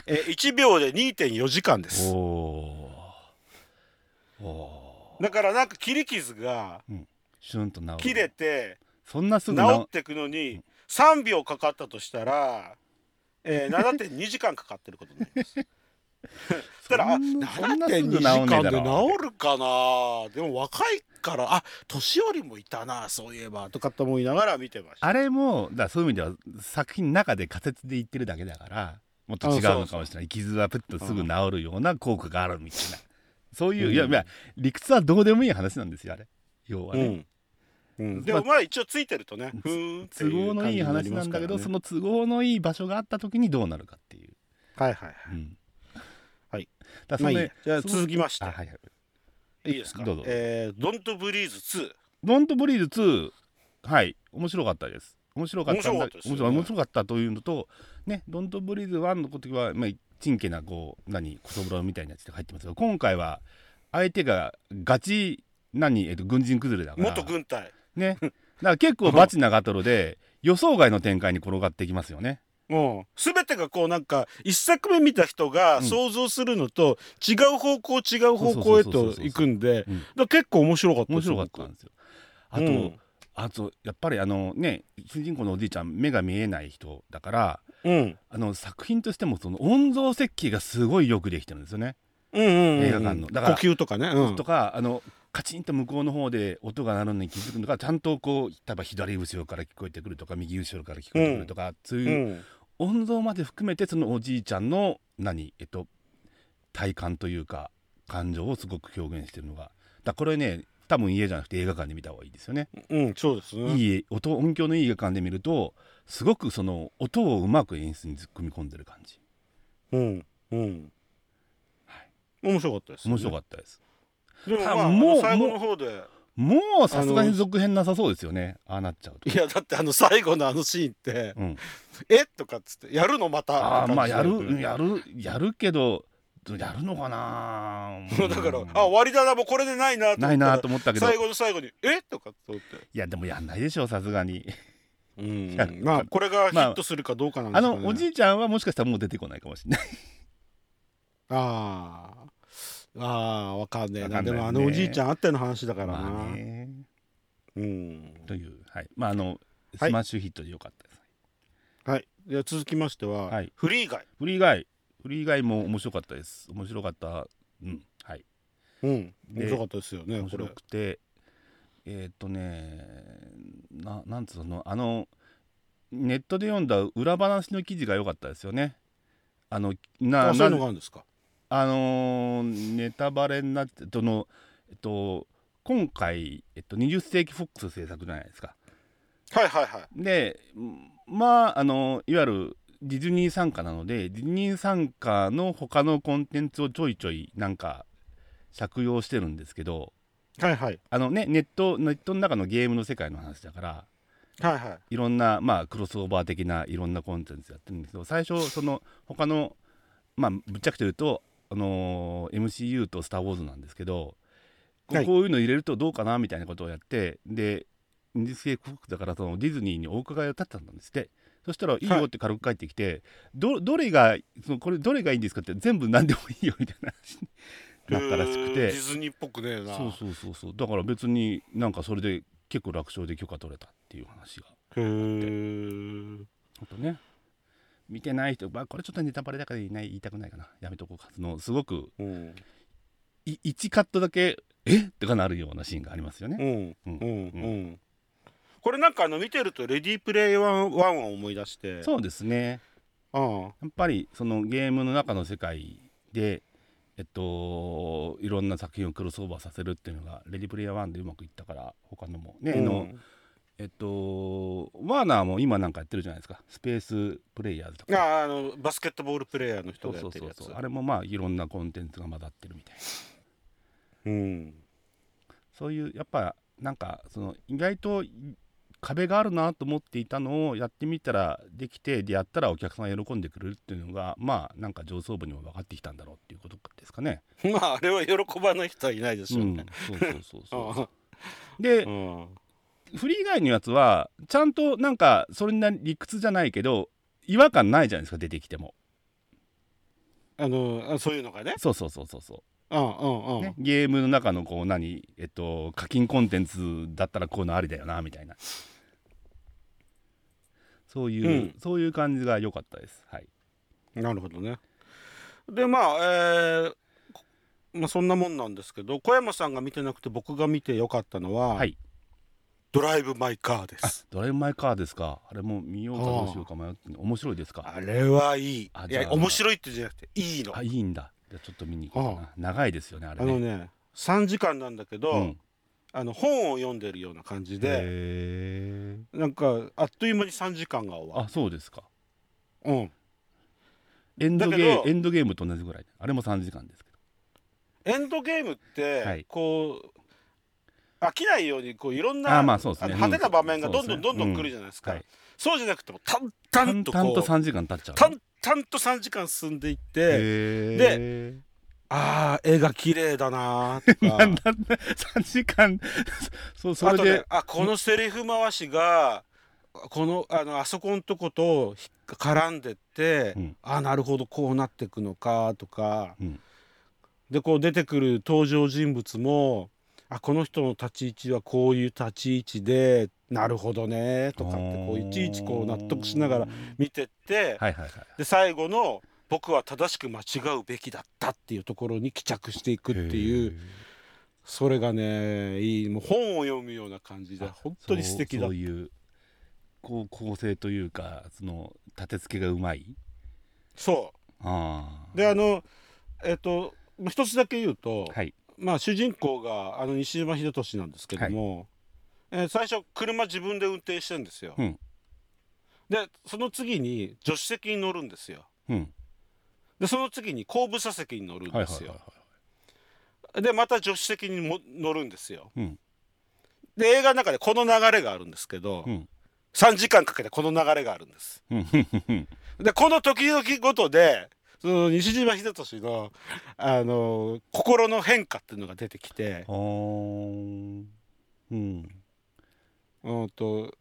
[SPEAKER 3] え1秒で2.4時間で
[SPEAKER 2] お
[SPEAKER 3] す
[SPEAKER 2] ーお
[SPEAKER 3] だからなんか切り傷が
[SPEAKER 2] ーシュンと治る
[SPEAKER 3] 切れて
[SPEAKER 2] そんなす
[SPEAKER 3] 治
[SPEAKER 2] ぐ治
[SPEAKER 3] っていくのに3秒かかったとしたら、えー、7.2時間かかってることになります。したらあ
[SPEAKER 2] そんなそんなす
[SPEAKER 3] 7.2
[SPEAKER 2] ぐ
[SPEAKER 3] 時
[SPEAKER 2] 治んねえだろ
[SPEAKER 3] 間で治るかなでも若いからあ年寄りもいたなそういえばとかと思いながら見てました。
[SPEAKER 2] あれもだからそういう意味では作品の中で仮説で言ってるだけだからもっと違うのかもしれない傷はプッとすぐ治るような効果があるみたいな、そういう、いや
[SPEAKER 3] うん
[SPEAKER 2] まあ理屈はどうでもいい話なんですよあれ要は
[SPEAKER 3] う
[SPEAKER 2] ね、
[SPEAKER 3] んうん、でもまあ一応ついてるとね、ふーんって
[SPEAKER 2] 都
[SPEAKER 3] い
[SPEAKER 2] 合
[SPEAKER 3] う
[SPEAKER 2] の
[SPEAKER 3] 感
[SPEAKER 2] い
[SPEAKER 3] じ
[SPEAKER 2] い
[SPEAKER 3] にな
[SPEAKER 2] 話
[SPEAKER 3] り
[SPEAKER 2] な
[SPEAKER 3] ます
[SPEAKER 2] ん
[SPEAKER 3] か
[SPEAKER 2] だ
[SPEAKER 3] ら
[SPEAKER 2] け
[SPEAKER 3] ね
[SPEAKER 2] ど、その都合のいい場所があった時にどうなるかっていう、
[SPEAKER 3] はいはいはい。
[SPEAKER 2] うん
[SPEAKER 3] はい
[SPEAKER 2] だからそ
[SPEAKER 3] まあ
[SPEAKER 2] の
[SPEAKER 3] いい
[SPEAKER 2] ね
[SPEAKER 3] やじゃあ
[SPEAKER 2] その
[SPEAKER 3] 続きまして
[SPEAKER 2] あ、はいはい、
[SPEAKER 3] いいですか。
[SPEAKER 2] どうぞ
[SPEAKER 3] えー、ドントブリーズ2。
[SPEAKER 2] ドントブリーズ2はい面白かったです面白かったんだ
[SPEAKER 3] 面白かったですよ
[SPEAKER 2] 面
[SPEAKER 3] ね
[SPEAKER 2] 白面白かったというのとねドントブリーズ1の時はまあちんけなこう何小そぶろみたいなやつで入ってますが今回は相手がガチ何、えっと、軍人崩れだから
[SPEAKER 3] 元軍隊。
[SPEAKER 2] ねだから結構バチなガトロで予想外の展開に転がってきますよね
[SPEAKER 3] うん、全てがこうなんか一作目見た人が
[SPEAKER 2] うん
[SPEAKER 3] 想像するのと違う方向違う方向へと行くん
[SPEAKER 2] そ
[SPEAKER 3] でだ
[SPEAKER 2] うそうそうそううん
[SPEAKER 3] から結構面白かった
[SPEAKER 2] 面
[SPEAKER 3] です
[SPEAKER 2] 白かったんですよあと、
[SPEAKER 3] うん
[SPEAKER 2] あとやっぱりあのね主人公のおじいちゃん目が見えない人だから
[SPEAKER 3] 僕うん
[SPEAKER 2] あの作品としてもその音像設計がすごいよくできてるんですよね。
[SPEAKER 3] うんうんうん
[SPEAKER 2] 映画館のだから
[SPEAKER 3] 呼吸とかね、うん
[SPEAKER 2] とかあのカチンと向こうの方で音が鳴るのに気づくのがちゃんとこう例えば左後ろから聞こえてくるとか右後ろから聞こえてくるとか、そう
[SPEAKER 3] う、
[SPEAKER 2] いうん音像まで含めてそのおじいちゃんの何えっと体感というか感情をすごく表現してるのがだからこれね多分家じゃなくて映画館で見た方がいいですよね。
[SPEAKER 3] うん、そうですね
[SPEAKER 2] いい音音響のいい映画館で見るとすごくその音をうまく演出に組み込んでる感じ
[SPEAKER 3] うんうん
[SPEAKER 2] はい
[SPEAKER 3] 面白かったです、
[SPEAKER 2] 面白
[SPEAKER 3] か
[SPEAKER 2] かったです。
[SPEAKER 3] ったでも、まあ、
[SPEAKER 2] あもう
[SPEAKER 3] あの最後の方で
[SPEAKER 2] もうさすがに続編なさそうですよねああなっちゃうと
[SPEAKER 3] いやだってあの最後のあのシーンって
[SPEAKER 2] うん、
[SPEAKER 3] 「えとかっつって「やるのまた」
[SPEAKER 2] ああ
[SPEAKER 3] って
[SPEAKER 2] まあ
[SPEAKER 3] 感じ
[SPEAKER 2] や
[SPEAKER 3] だよね
[SPEAKER 2] るやるやるけどやるのかな
[SPEAKER 3] だから、あ終わりだなもうこれでないなと思ったら
[SPEAKER 2] ないなと思ったけど
[SPEAKER 3] 最後の最後に「えとかって思って
[SPEAKER 2] いやでもやんないでしょさすがに
[SPEAKER 3] うん
[SPEAKER 2] や
[SPEAKER 3] まあこれがヒ
[SPEAKER 2] まあ
[SPEAKER 3] ットするかどうかなんで
[SPEAKER 2] あ
[SPEAKER 3] すかね、
[SPEAKER 2] のおじいちゃんはもしかしたらもう出てこないかもしれない
[SPEAKER 3] あーあーわかんねえな
[SPEAKER 2] わかんな
[SPEAKER 3] で
[SPEAKER 2] いね
[SPEAKER 3] もあのおじいちゃんあっての話だからな、
[SPEAKER 2] まあね
[SPEAKER 3] うん
[SPEAKER 2] というはいまああの
[SPEAKER 3] はい
[SPEAKER 2] スマッシュヒットでよかったです、
[SPEAKER 3] はいでは続きましては、
[SPEAKER 2] はい
[SPEAKER 3] フリーガイ、
[SPEAKER 2] フリー以外フリー以外も面白かったです面白かったうんはい
[SPEAKER 3] うん、
[SPEAKER 2] で
[SPEAKER 3] 面白かったですよね
[SPEAKER 2] 面
[SPEAKER 3] これ
[SPEAKER 2] 白くてえーっとねななんつうのあのネットで読んだ裏話の記事が良かったですよね。あのな
[SPEAKER 3] あそうい
[SPEAKER 2] な
[SPEAKER 3] うのがあるんですか
[SPEAKER 2] あのーネタバレになってそのえっと今回、えっと、20世紀フォックス制作じゃないですか。
[SPEAKER 3] はいはいはい
[SPEAKER 2] でんまああのいわゆるディズニー傘下なのでディズニー傘下の他のコンテンツをちょいちょいなんか借用してるんですけど、
[SPEAKER 3] はいはい
[SPEAKER 2] あのねネットネットの中のゲームの世界の話だから
[SPEAKER 3] はいはい
[SPEAKER 2] いろんなまあクロスオーバー的ないろんなコンテンツやってるんですけど最初その他のまあぶっちゃけて言うとあのー MCU と「スター・ウォーズ」なんですけどこ
[SPEAKER 3] はい
[SPEAKER 2] こういうの入れるとどうかなみたいなことをやってで二次性国だからそのディズニーにお伺いを立てたんですってそしたら「いいよ」って軽く返ってきて、どどれがそのこれどれがいいんですかって全部何でもいいよみたいな話になったらしくて。
[SPEAKER 3] えーディズニーっぽくねえな
[SPEAKER 2] そうそうそうそうだから別になんかそれで結構楽勝で許可取れたっていう話が
[SPEAKER 3] へー
[SPEAKER 2] あとね見てない人、まあ、これちょっとネタバレだから言いない言いたくないかなやめとこうかそのすごく
[SPEAKER 3] うん
[SPEAKER 2] い1カットだけえってかなるようなシーンがありますよ
[SPEAKER 3] う
[SPEAKER 2] ね、
[SPEAKER 3] んう
[SPEAKER 2] うんん
[SPEAKER 3] うんこれなんかあの見てると「レディープレイワンワンを思い出して
[SPEAKER 2] そうですね
[SPEAKER 3] あ
[SPEAKER 2] やっぱりそのゲームの中の世界でえっといろんな作品をクロスオーバーさせるっていうのが「レディプレイヤー1」でうまくいったから他のもね、あのえっとワーナーも今なんかやってるじゃないですかスペースプレイヤーズとか
[SPEAKER 3] ああのバスケットボールプレーヤーの
[SPEAKER 2] そ
[SPEAKER 3] 人
[SPEAKER 2] う
[SPEAKER 3] がや
[SPEAKER 2] そ
[SPEAKER 3] っ
[SPEAKER 2] う
[SPEAKER 3] て
[SPEAKER 2] そ
[SPEAKER 3] る
[SPEAKER 2] う
[SPEAKER 3] やつ
[SPEAKER 2] そうあれもまあいろんなコンテンツが混ざってるみたいな
[SPEAKER 3] うん
[SPEAKER 2] そういうやっぱなんかその意外とい壁があるなと思っていたのをやってみたらできてでやったらお客さんが喜んでくれるっていうのがまあなんか上層部にも分かってきたんだろうっていうことですかね。
[SPEAKER 3] まああれは喜ばない人はいないでしょう
[SPEAKER 2] うん
[SPEAKER 3] ね、、
[SPEAKER 2] そうそうそうそう
[SPEAKER 3] あ
[SPEAKER 2] で
[SPEAKER 3] あうん
[SPEAKER 2] フリー以外のやつはちゃんとなんかそれなりに理屈じゃないけど違和感ないじゃないですか出てきても
[SPEAKER 3] あのあそういうのがね
[SPEAKER 2] そうそうそうそうそう
[SPEAKER 3] うんうんうん、
[SPEAKER 2] ね、ゲームの中のこう何えっと課金コンテンツだったらこういうのありだよなみたいなそういう、
[SPEAKER 3] うん
[SPEAKER 2] そういう感じが良かったですはい
[SPEAKER 3] なるほどねでまあえーこまあそんなもんなんですけど小山さんが見てなくて僕が見てよかったのは、
[SPEAKER 2] はい
[SPEAKER 3] ドライブ・マイ・カー」です
[SPEAKER 2] ドライブ・マイ・カーですかあれも見ようかどうしようか迷って面白いです
[SPEAKER 3] あ
[SPEAKER 2] か
[SPEAKER 3] れはいい
[SPEAKER 2] あ
[SPEAKER 3] い
[SPEAKER 2] じゃあ
[SPEAKER 3] や面白いってじゃなくていいの
[SPEAKER 2] あ
[SPEAKER 3] あ
[SPEAKER 2] いいんだじゃあちょっと見に行こうかな長いですよねあれね
[SPEAKER 3] のね3時間なんだけど、
[SPEAKER 2] うん
[SPEAKER 3] あの本を読んでるような感じで
[SPEAKER 2] へー
[SPEAKER 3] なんかあっという間に3時間が終わ
[SPEAKER 2] あそうですか
[SPEAKER 3] るうん
[SPEAKER 2] エンドゲ
[SPEAKER 3] だけ
[SPEAKER 2] ー
[SPEAKER 3] ど
[SPEAKER 2] エンドゲームと同じぐらいあれも3時間ですけど
[SPEAKER 3] エンドゲームって、
[SPEAKER 2] はい
[SPEAKER 3] こう飽きないようにこういろんな
[SPEAKER 2] あーまあそうですね
[SPEAKER 3] の派手な場面が
[SPEAKER 2] うん
[SPEAKER 3] どんどん
[SPEAKER 2] そ
[SPEAKER 3] ど
[SPEAKER 2] うんですね
[SPEAKER 3] どん来るじゃないですか、
[SPEAKER 2] はい
[SPEAKER 3] そうじゃなくても淡々と
[SPEAKER 2] 淡々
[SPEAKER 3] ことう淡々
[SPEAKER 2] 3時間経っちゃう
[SPEAKER 3] 淡々と3時間進んでいって
[SPEAKER 2] で
[SPEAKER 3] あー絵が綺麗だなーと か
[SPEAKER 2] なんだね3時間 そうそ
[SPEAKER 3] あ
[SPEAKER 2] れ
[SPEAKER 3] とね
[SPEAKER 2] で
[SPEAKER 3] あこのセリフ回しがこのあのあそこのとことひっ絡んでって、
[SPEAKER 2] うん
[SPEAKER 3] あなるほどこうなってくのかとか、
[SPEAKER 2] うん
[SPEAKER 3] でこう出てくる登場人物もあこの人の立ち位置はこういう立ち位置でなるほどねとかってこういちいちこう納得しながら見てって、
[SPEAKER 2] はいはいはい
[SPEAKER 3] で最後の「僕は正しく間違うべきだった」っていうところに帰着していくっていう。それがねいいもう本を読むような感じで
[SPEAKER 2] へー
[SPEAKER 3] 本当に素敵だ
[SPEAKER 2] そうそういうこう構成というかその立て付けがうまい
[SPEAKER 3] そ
[SPEAKER 2] あ
[SPEAKER 3] う
[SPEAKER 2] あ
[SPEAKER 3] であのえっ、とまあ一つだけ言うと、
[SPEAKER 2] はい
[SPEAKER 3] まあ主人公があの西島秀俊なんですけども、えー最初車自分で運転してるんですよ、
[SPEAKER 2] うん
[SPEAKER 3] でその次に助手席に乗るんですよ
[SPEAKER 2] うん
[SPEAKER 3] でその次に後部座席に乗るん
[SPEAKER 2] はいはい
[SPEAKER 3] です
[SPEAKER 2] はい
[SPEAKER 3] よ、
[SPEAKER 2] は
[SPEAKER 3] でまた助手席にも乗るんですよ
[SPEAKER 2] いうん
[SPEAKER 3] で映画の中でこの流れがあるんですけど、
[SPEAKER 2] うん
[SPEAKER 3] 3時間かけてこの流れがあるんです
[SPEAKER 2] うんふんふんふん
[SPEAKER 3] でこの時々ごとでその西島秀俊のあの心の変化っていうのが出てきて
[SPEAKER 2] あ、ーうん
[SPEAKER 3] うん、と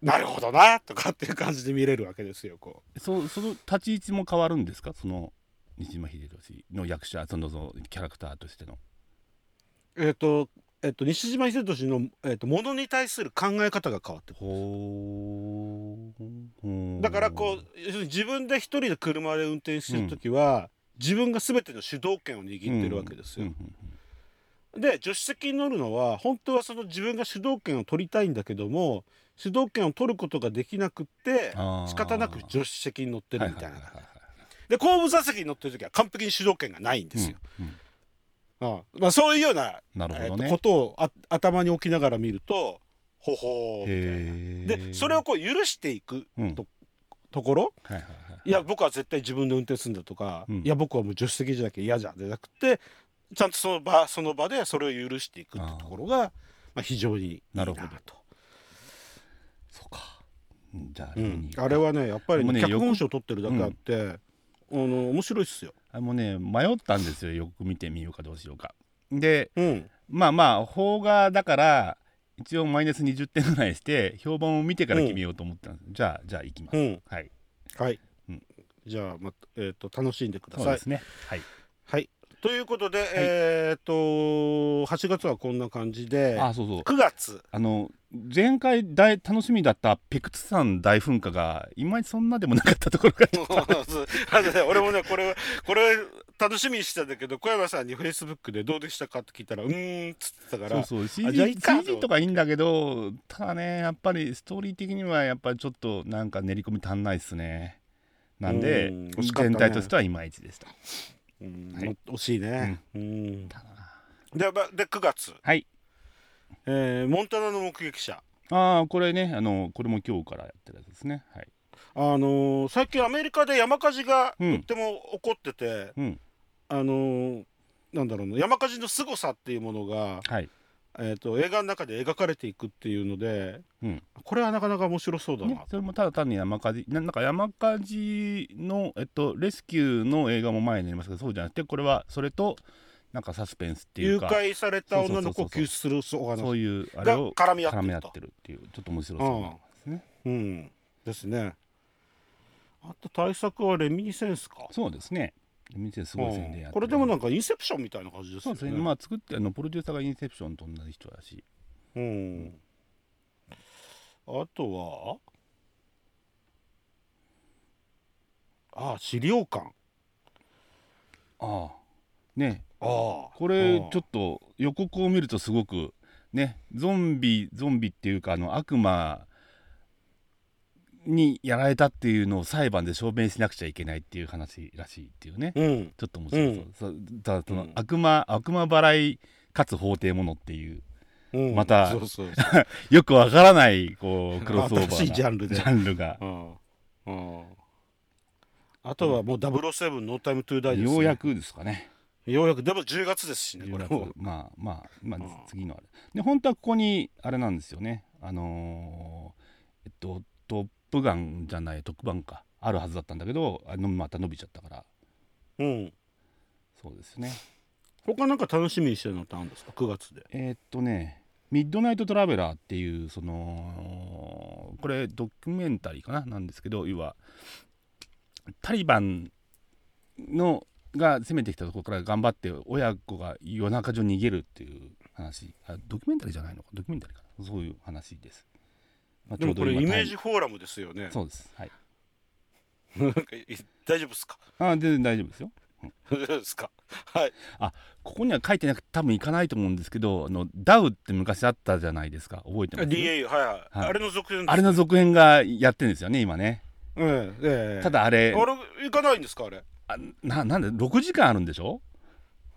[SPEAKER 3] なるほどなとかっていう感じで見れるわけですよこ
[SPEAKER 2] そその立ち位置も変わるんですかその西島秀俊の役者そのそのキャラクターとしての
[SPEAKER 3] う。えっ、とえっと、西島秀俊の、えっとものに対する考え方が変わってくる
[SPEAKER 2] ほう
[SPEAKER 3] だからこう要するに自分で一人で車で運転してる時は、自分が全ての主導権を握ってるわけですよ、
[SPEAKER 2] うんうん
[SPEAKER 3] で助手席に乗るのは本当はその自分が主導権を取りたいんだけども主導権を取ることができなくって
[SPEAKER 2] あー
[SPEAKER 3] 仕方なく助手席に乗ってるみたいな、
[SPEAKER 2] はははは
[SPEAKER 3] で後部座席に乗ってる時は完璧に主導権がないんですよ、
[SPEAKER 2] うんうん
[SPEAKER 3] うんまあ、そういうような
[SPEAKER 2] なる
[SPEAKER 3] え
[SPEAKER 2] ほ
[SPEAKER 3] ー
[SPEAKER 2] ど
[SPEAKER 3] と
[SPEAKER 2] ね
[SPEAKER 3] ことをあ頭に置きながら見るとほほーみ
[SPEAKER 2] へ
[SPEAKER 3] た
[SPEAKER 2] ー
[SPEAKER 3] いなでそれをこう許していく
[SPEAKER 2] うん
[SPEAKER 3] とところ
[SPEAKER 2] はいはいはい
[SPEAKER 3] いや僕は絶対自分で運転するんだとか、
[SPEAKER 2] うん
[SPEAKER 3] いや僕はもう助手席じゃなきゃ嫌じゃんじゃなくてちゃんとその場その場でそれを許していくってところがまあ、非常にいいな
[SPEAKER 2] なる
[SPEAKER 3] と
[SPEAKER 2] ほどそうかうんじゃああ
[SPEAKER 3] う
[SPEAKER 2] れ
[SPEAKER 3] ん
[SPEAKER 2] に、
[SPEAKER 3] あれはねやっぱり
[SPEAKER 2] でも
[SPEAKER 3] ね、
[SPEAKER 2] ね
[SPEAKER 3] 脚本賞取ってるだけあって、あの面白いっすよ。
[SPEAKER 2] あもうね迷ったんですよよく見てみようかどうしようかで
[SPEAKER 3] うん、
[SPEAKER 2] まあまあ邦画だから一応マイナス20点ぐらいして評判を見てから決めようと思ったんです、じゃあじゃあ行きます、
[SPEAKER 3] うん、
[SPEAKER 2] はい
[SPEAKER 3] はい、
[SPEAKER 2] うん
[SPEAKER 3] じゃあ、またえー、と楽しんでくだ
[SPEAKER 2] そう
[SPEAKER 3] さ
[SPEAKER 2] で
[SPEAKER 3] い。
[SPEAKER 2] すねはい
[SPEAKER 3] はい、ということで、えっ、と8月はこんな感じで
[SPEAKER 2] あそうそう
[SPEAKER 3] 9月
[SPEAKER 2] あの前回大楽しみだったペクトゥ山大噴火がいまいちそんなでもなかったところが
[SPEAKER 3] もう そうあのね俺もねこれこれ楽しみにしてたんだけど小山さんにフェイスブックでどうでしたかって聞いたらうーんっつってたから
[SPEAKER 2] そうそう
[SPEAKER 3] じゃあ
[SPEAKER 2] CG,
[SPEAKER 3] いいか
[SPEAKER 2] CG とかいいんだけどただねやっぱりストーリー的にはやっぱりちょっとなんか練り込み足んないっすねなんで
[SPEAKER 3] うん惜しかった
[SPEAKER 2] 全
[SPEAKER 3] ね
[SPEAKER 2] 体としてはいまいちでした
[SPEAKER 3] うん
[SPEAKER 2] はい
[SPEAKER 3] 惜しいね、うん
[SPEAKER 2] ただな
[SPEAKER 3] でまで9月、
[SPEAKER 2] はい
[SPEAKER 3] えーモンタナの目撃者
[SPEAKER 2] ああこれねあのこれも今日からやってるやつですねはい
[SPEAKER 3] あのー最近アメリカで山火事が
[SPEAKER 2] うん
[SPEAKER 3] とっても起こってて、
[SPEAKER 2] うん
[SPEAKER 3] あのーなんだろうな山火事の凄さっていうものが、
[SPEAKER 2] はい
[SPEAKER 3] えー、と映画の中で描かれていくっていうので、
[SPEAKER 2] うん
[SPEAKER 3] これはなかなか面白そうだな、
[SPEAKER 2] ね、それもただ単に山火事ななんか山火事の、えっと、レスキューの映画も前になりますけどそうじゃなくてこれはそれとなんかサスペンスってい
[SPEAKER 3] 誘
[SPEAKER 2] うか
[SPEAKER 3] 拐された女の子を救出するお話
[SPEAKER 2] そういうあれ
[SPEAKER 3] が
[SPEAKER 2] を
[SPEAKER 3] 絡み合って
[SPEAKER 2] 絡め合
[SPEAKER 3] る
[SPEAKER 2] っ
[SPEAKER 3] と。
[SPEAKER 2] てるっていうちょっと面白そうなんですね、
[SPEAKER 3] うん、ですね。あと対策はレミニセンスか。
[SPEAKER 2] そうですね店すごい宣伝やってる
[SPEAKER 3] うんこれでもなんかインセプションみたいな感じです
[SPEAKER 2] そう
[SPEAKER 3] よね。
[SPEAKER 2] ですねまあ作ってあのプロデューサーがインセプションと同じ人だし
[SPEAKER 3] うん。あとは。ああ、資料館。
[SPEAKER 2] ああね
[SPEAKER 3] ああ。
[SPEAKER 2] これ
[SPEAKER 3] ああ
[SPEAKER 2] ちょっと予告を見るとすごくねゾンビゾンビっていうかあの悪魔にやられたっていうのを裁判で証明しなくちゃいけないっていう話らしいっていうね、
[SPEAKER 3] うん
[SPEAKER 2] ちょっと面白いそう、そうだからその、
[SPEAKER 3] うん
[SPEAKER 2] 悪魔悪魔払いかつ法廷ものっていう
[SPEAKER 3] うん
[SPEAKER 2] また
[SPEAKER 3] そうそう
[SPEAKER 2] よくわからない こうクロスオーバーな
[SPEAKER 3] 新しいジャンルで
[SPEAKER 2] ジャンルが
[SPEAKER 3] そう、うんうん、あとはもう007ノータイムトゥーダイです、ね、
[SPEAKER 2] ようやくですかね
[SPEAKER 3] ようやくでも10月ですしね
[SPEAKER 2] よう
[SPEAKER 3] これ
[SPEAKER 2] や
[SPEAKER 3] も
[SPEAKER 2] くまあまあまあ
[SPEAKER 3] うん
[SPEAKER 2] 次のあれで本当はここにあれなんですよねあのーえっと「トップガン」じゃない特番かあるはずだったんだけどあのまた伸びちゃったから
[SPEAKER 3] うん
[SPEAKER 2] そうですね
[SPEAKER 3] 他なんか楽しみにしてるのってあるんですか9月で
[SPEAKER 2] えーっとね「ミッドナイト・トラベラー」っていうそのこれドキュメンタリーかななんですけど要はタリバンのが攻めてきたところから頑張って親子が夜中中逃げるっていう話あドキュメンタリーじゃないのかドキュメンタリーかなそういう話です、まあ
[SPEAKER 3] でもこれ
[SPEAKER 2] ちょ
[SPEAKER 3] イ
[SPEAKER 2] うど今
[SPEAKER 3] メージフォーラムですよね
[SPEAKER 2] そうですはい
[SPEAKER 3] なんか大丈夫ですか
[SPEAKER 2] あ全然大丈夫ですよ
[SPEAKER 3] 大丈夫ですかはい
[SPEAKER 2] ここには書いてなくて多分行かないと思うんですけどあのダウって昔あったじゃないですか覚えてます
[SPEAKER 3] DA はいはい、
[SPEAKER 2] はい
[SPEAKER 3] あれの続編です
[SPEAKER 2] あれの続編がやってるんですよね今ね
[SPEAKER 3] ええええ
[SPEAKER 2] ただあれ
[SPEAKER 3] あれ行かないんですかあれ
[SPEAKER 2] あななんで6時間あるんでしょ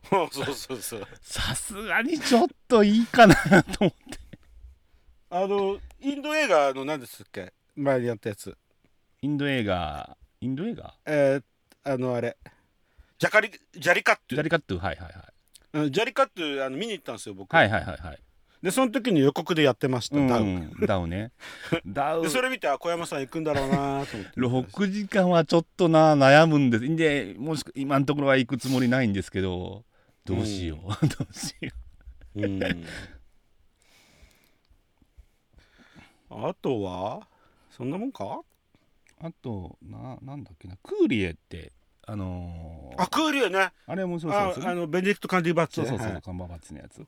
[SPEAKER 3] そうそうそう
[SPEAKER 2] さすがにちょっといいかな と思って
[SPEAKER 3] あのインド映画の何ですっけ前にやったやつ
[SPEAKER 2] インド映画インド映画
[SPEAKER 3] えー、あのあれジャカリジャリカット
[SPEAKER 2] ジャリカットゥはいはい
[SPEAKER 3] うんジャリカットあの見に行ったんですよ僕、
[SPEAKER 2] はいはいはいはいはい
[SPEAKER 3] でその時に予告でやってました、
[SPEAKER 2] うん
[SPEAKER 3] ダウ
[SPEAKER 2] ダウ ねダウ
[SPEAKER 3] でそれ見てあ小山さん行くんだろうなと思って
[SPEAKER 2] 6時間はちょっとな悩むんですでもしく今のところは行くつもりないんですけどどうしよう、 どうしよ
[SPEAKER 3] うんあとはそんなもんか
[SPEAKER 2] うあとななんだっけなクーリエってあのー
[SPEAKER 3] あクールよね
[SPEAKER 2] あれ面白そう
[SPEAKER 3] あ
[SPEAKER 2] ですよ
[SPEAKER 3] あ
[SPEAKER 2] ね
[SPEAKER 3] のベネディクト・カンディバッチ
[SPEAKER 2] そう
[SPEAKER 3] ね
[SPEAKER 2] そうそう、
[SPEAKER 3] はい
[SPEAKER 2] 看板バッチのやつ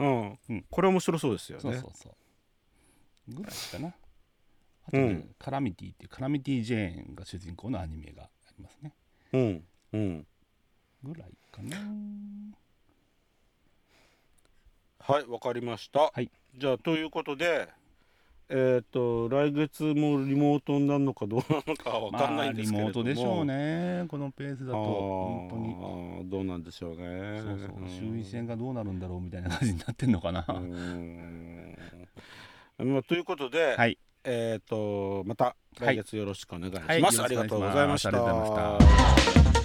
[SPEAKER 3] うん
[SPEAKER 2] うん
[SPEAKER 3] これ面白そうですよね
[SPEAKER 2] そうそうそう。ぐらいかな。あと、ね
[SPEAKER 3] うん
[SPEAKER 2] カラミティっていうカラミティ・ジェーンが主人公のアニメがありますね。
[SPEAKER 3] うんうん
[SPEAKER 2] ぐらいかな。
[SPEAKER 3] はいわかりました、
[SPEAKER 2] はい
[SPEAKER 3] じゃあということでえっ、と来月もリモートになるのかどうなのかわかんないんですけれども、
[SPEAKER 2] まあリモートでしょうね。このペースだ
[SPEAKER 3] あ
[SPEAKER 2] と、
[SPEAKER 3] ー
[SPEAKER 2] 本当に。
[SPEAKER 3] どうなんでしょうね
[SPEAKER 2] そうそう。
[SPEAKER 3] ん
[SPEAKER 2] 衆院選がどうなるんだろうみたいな感じになってんのかな。
[SPEAKER 3] うーんまあ、ということで、
[SPEAKER 2] はい
[SPEAKER 3] えっ、とまた
[SPEAKER 2] はい
[SPEAKER 3] 来月よろしくお願いします。
[SPEAKER 2] はいよろしくお願いします
[SPEAKER 3] ありがとうございました。
[SPEAKER 2] ありがとうございました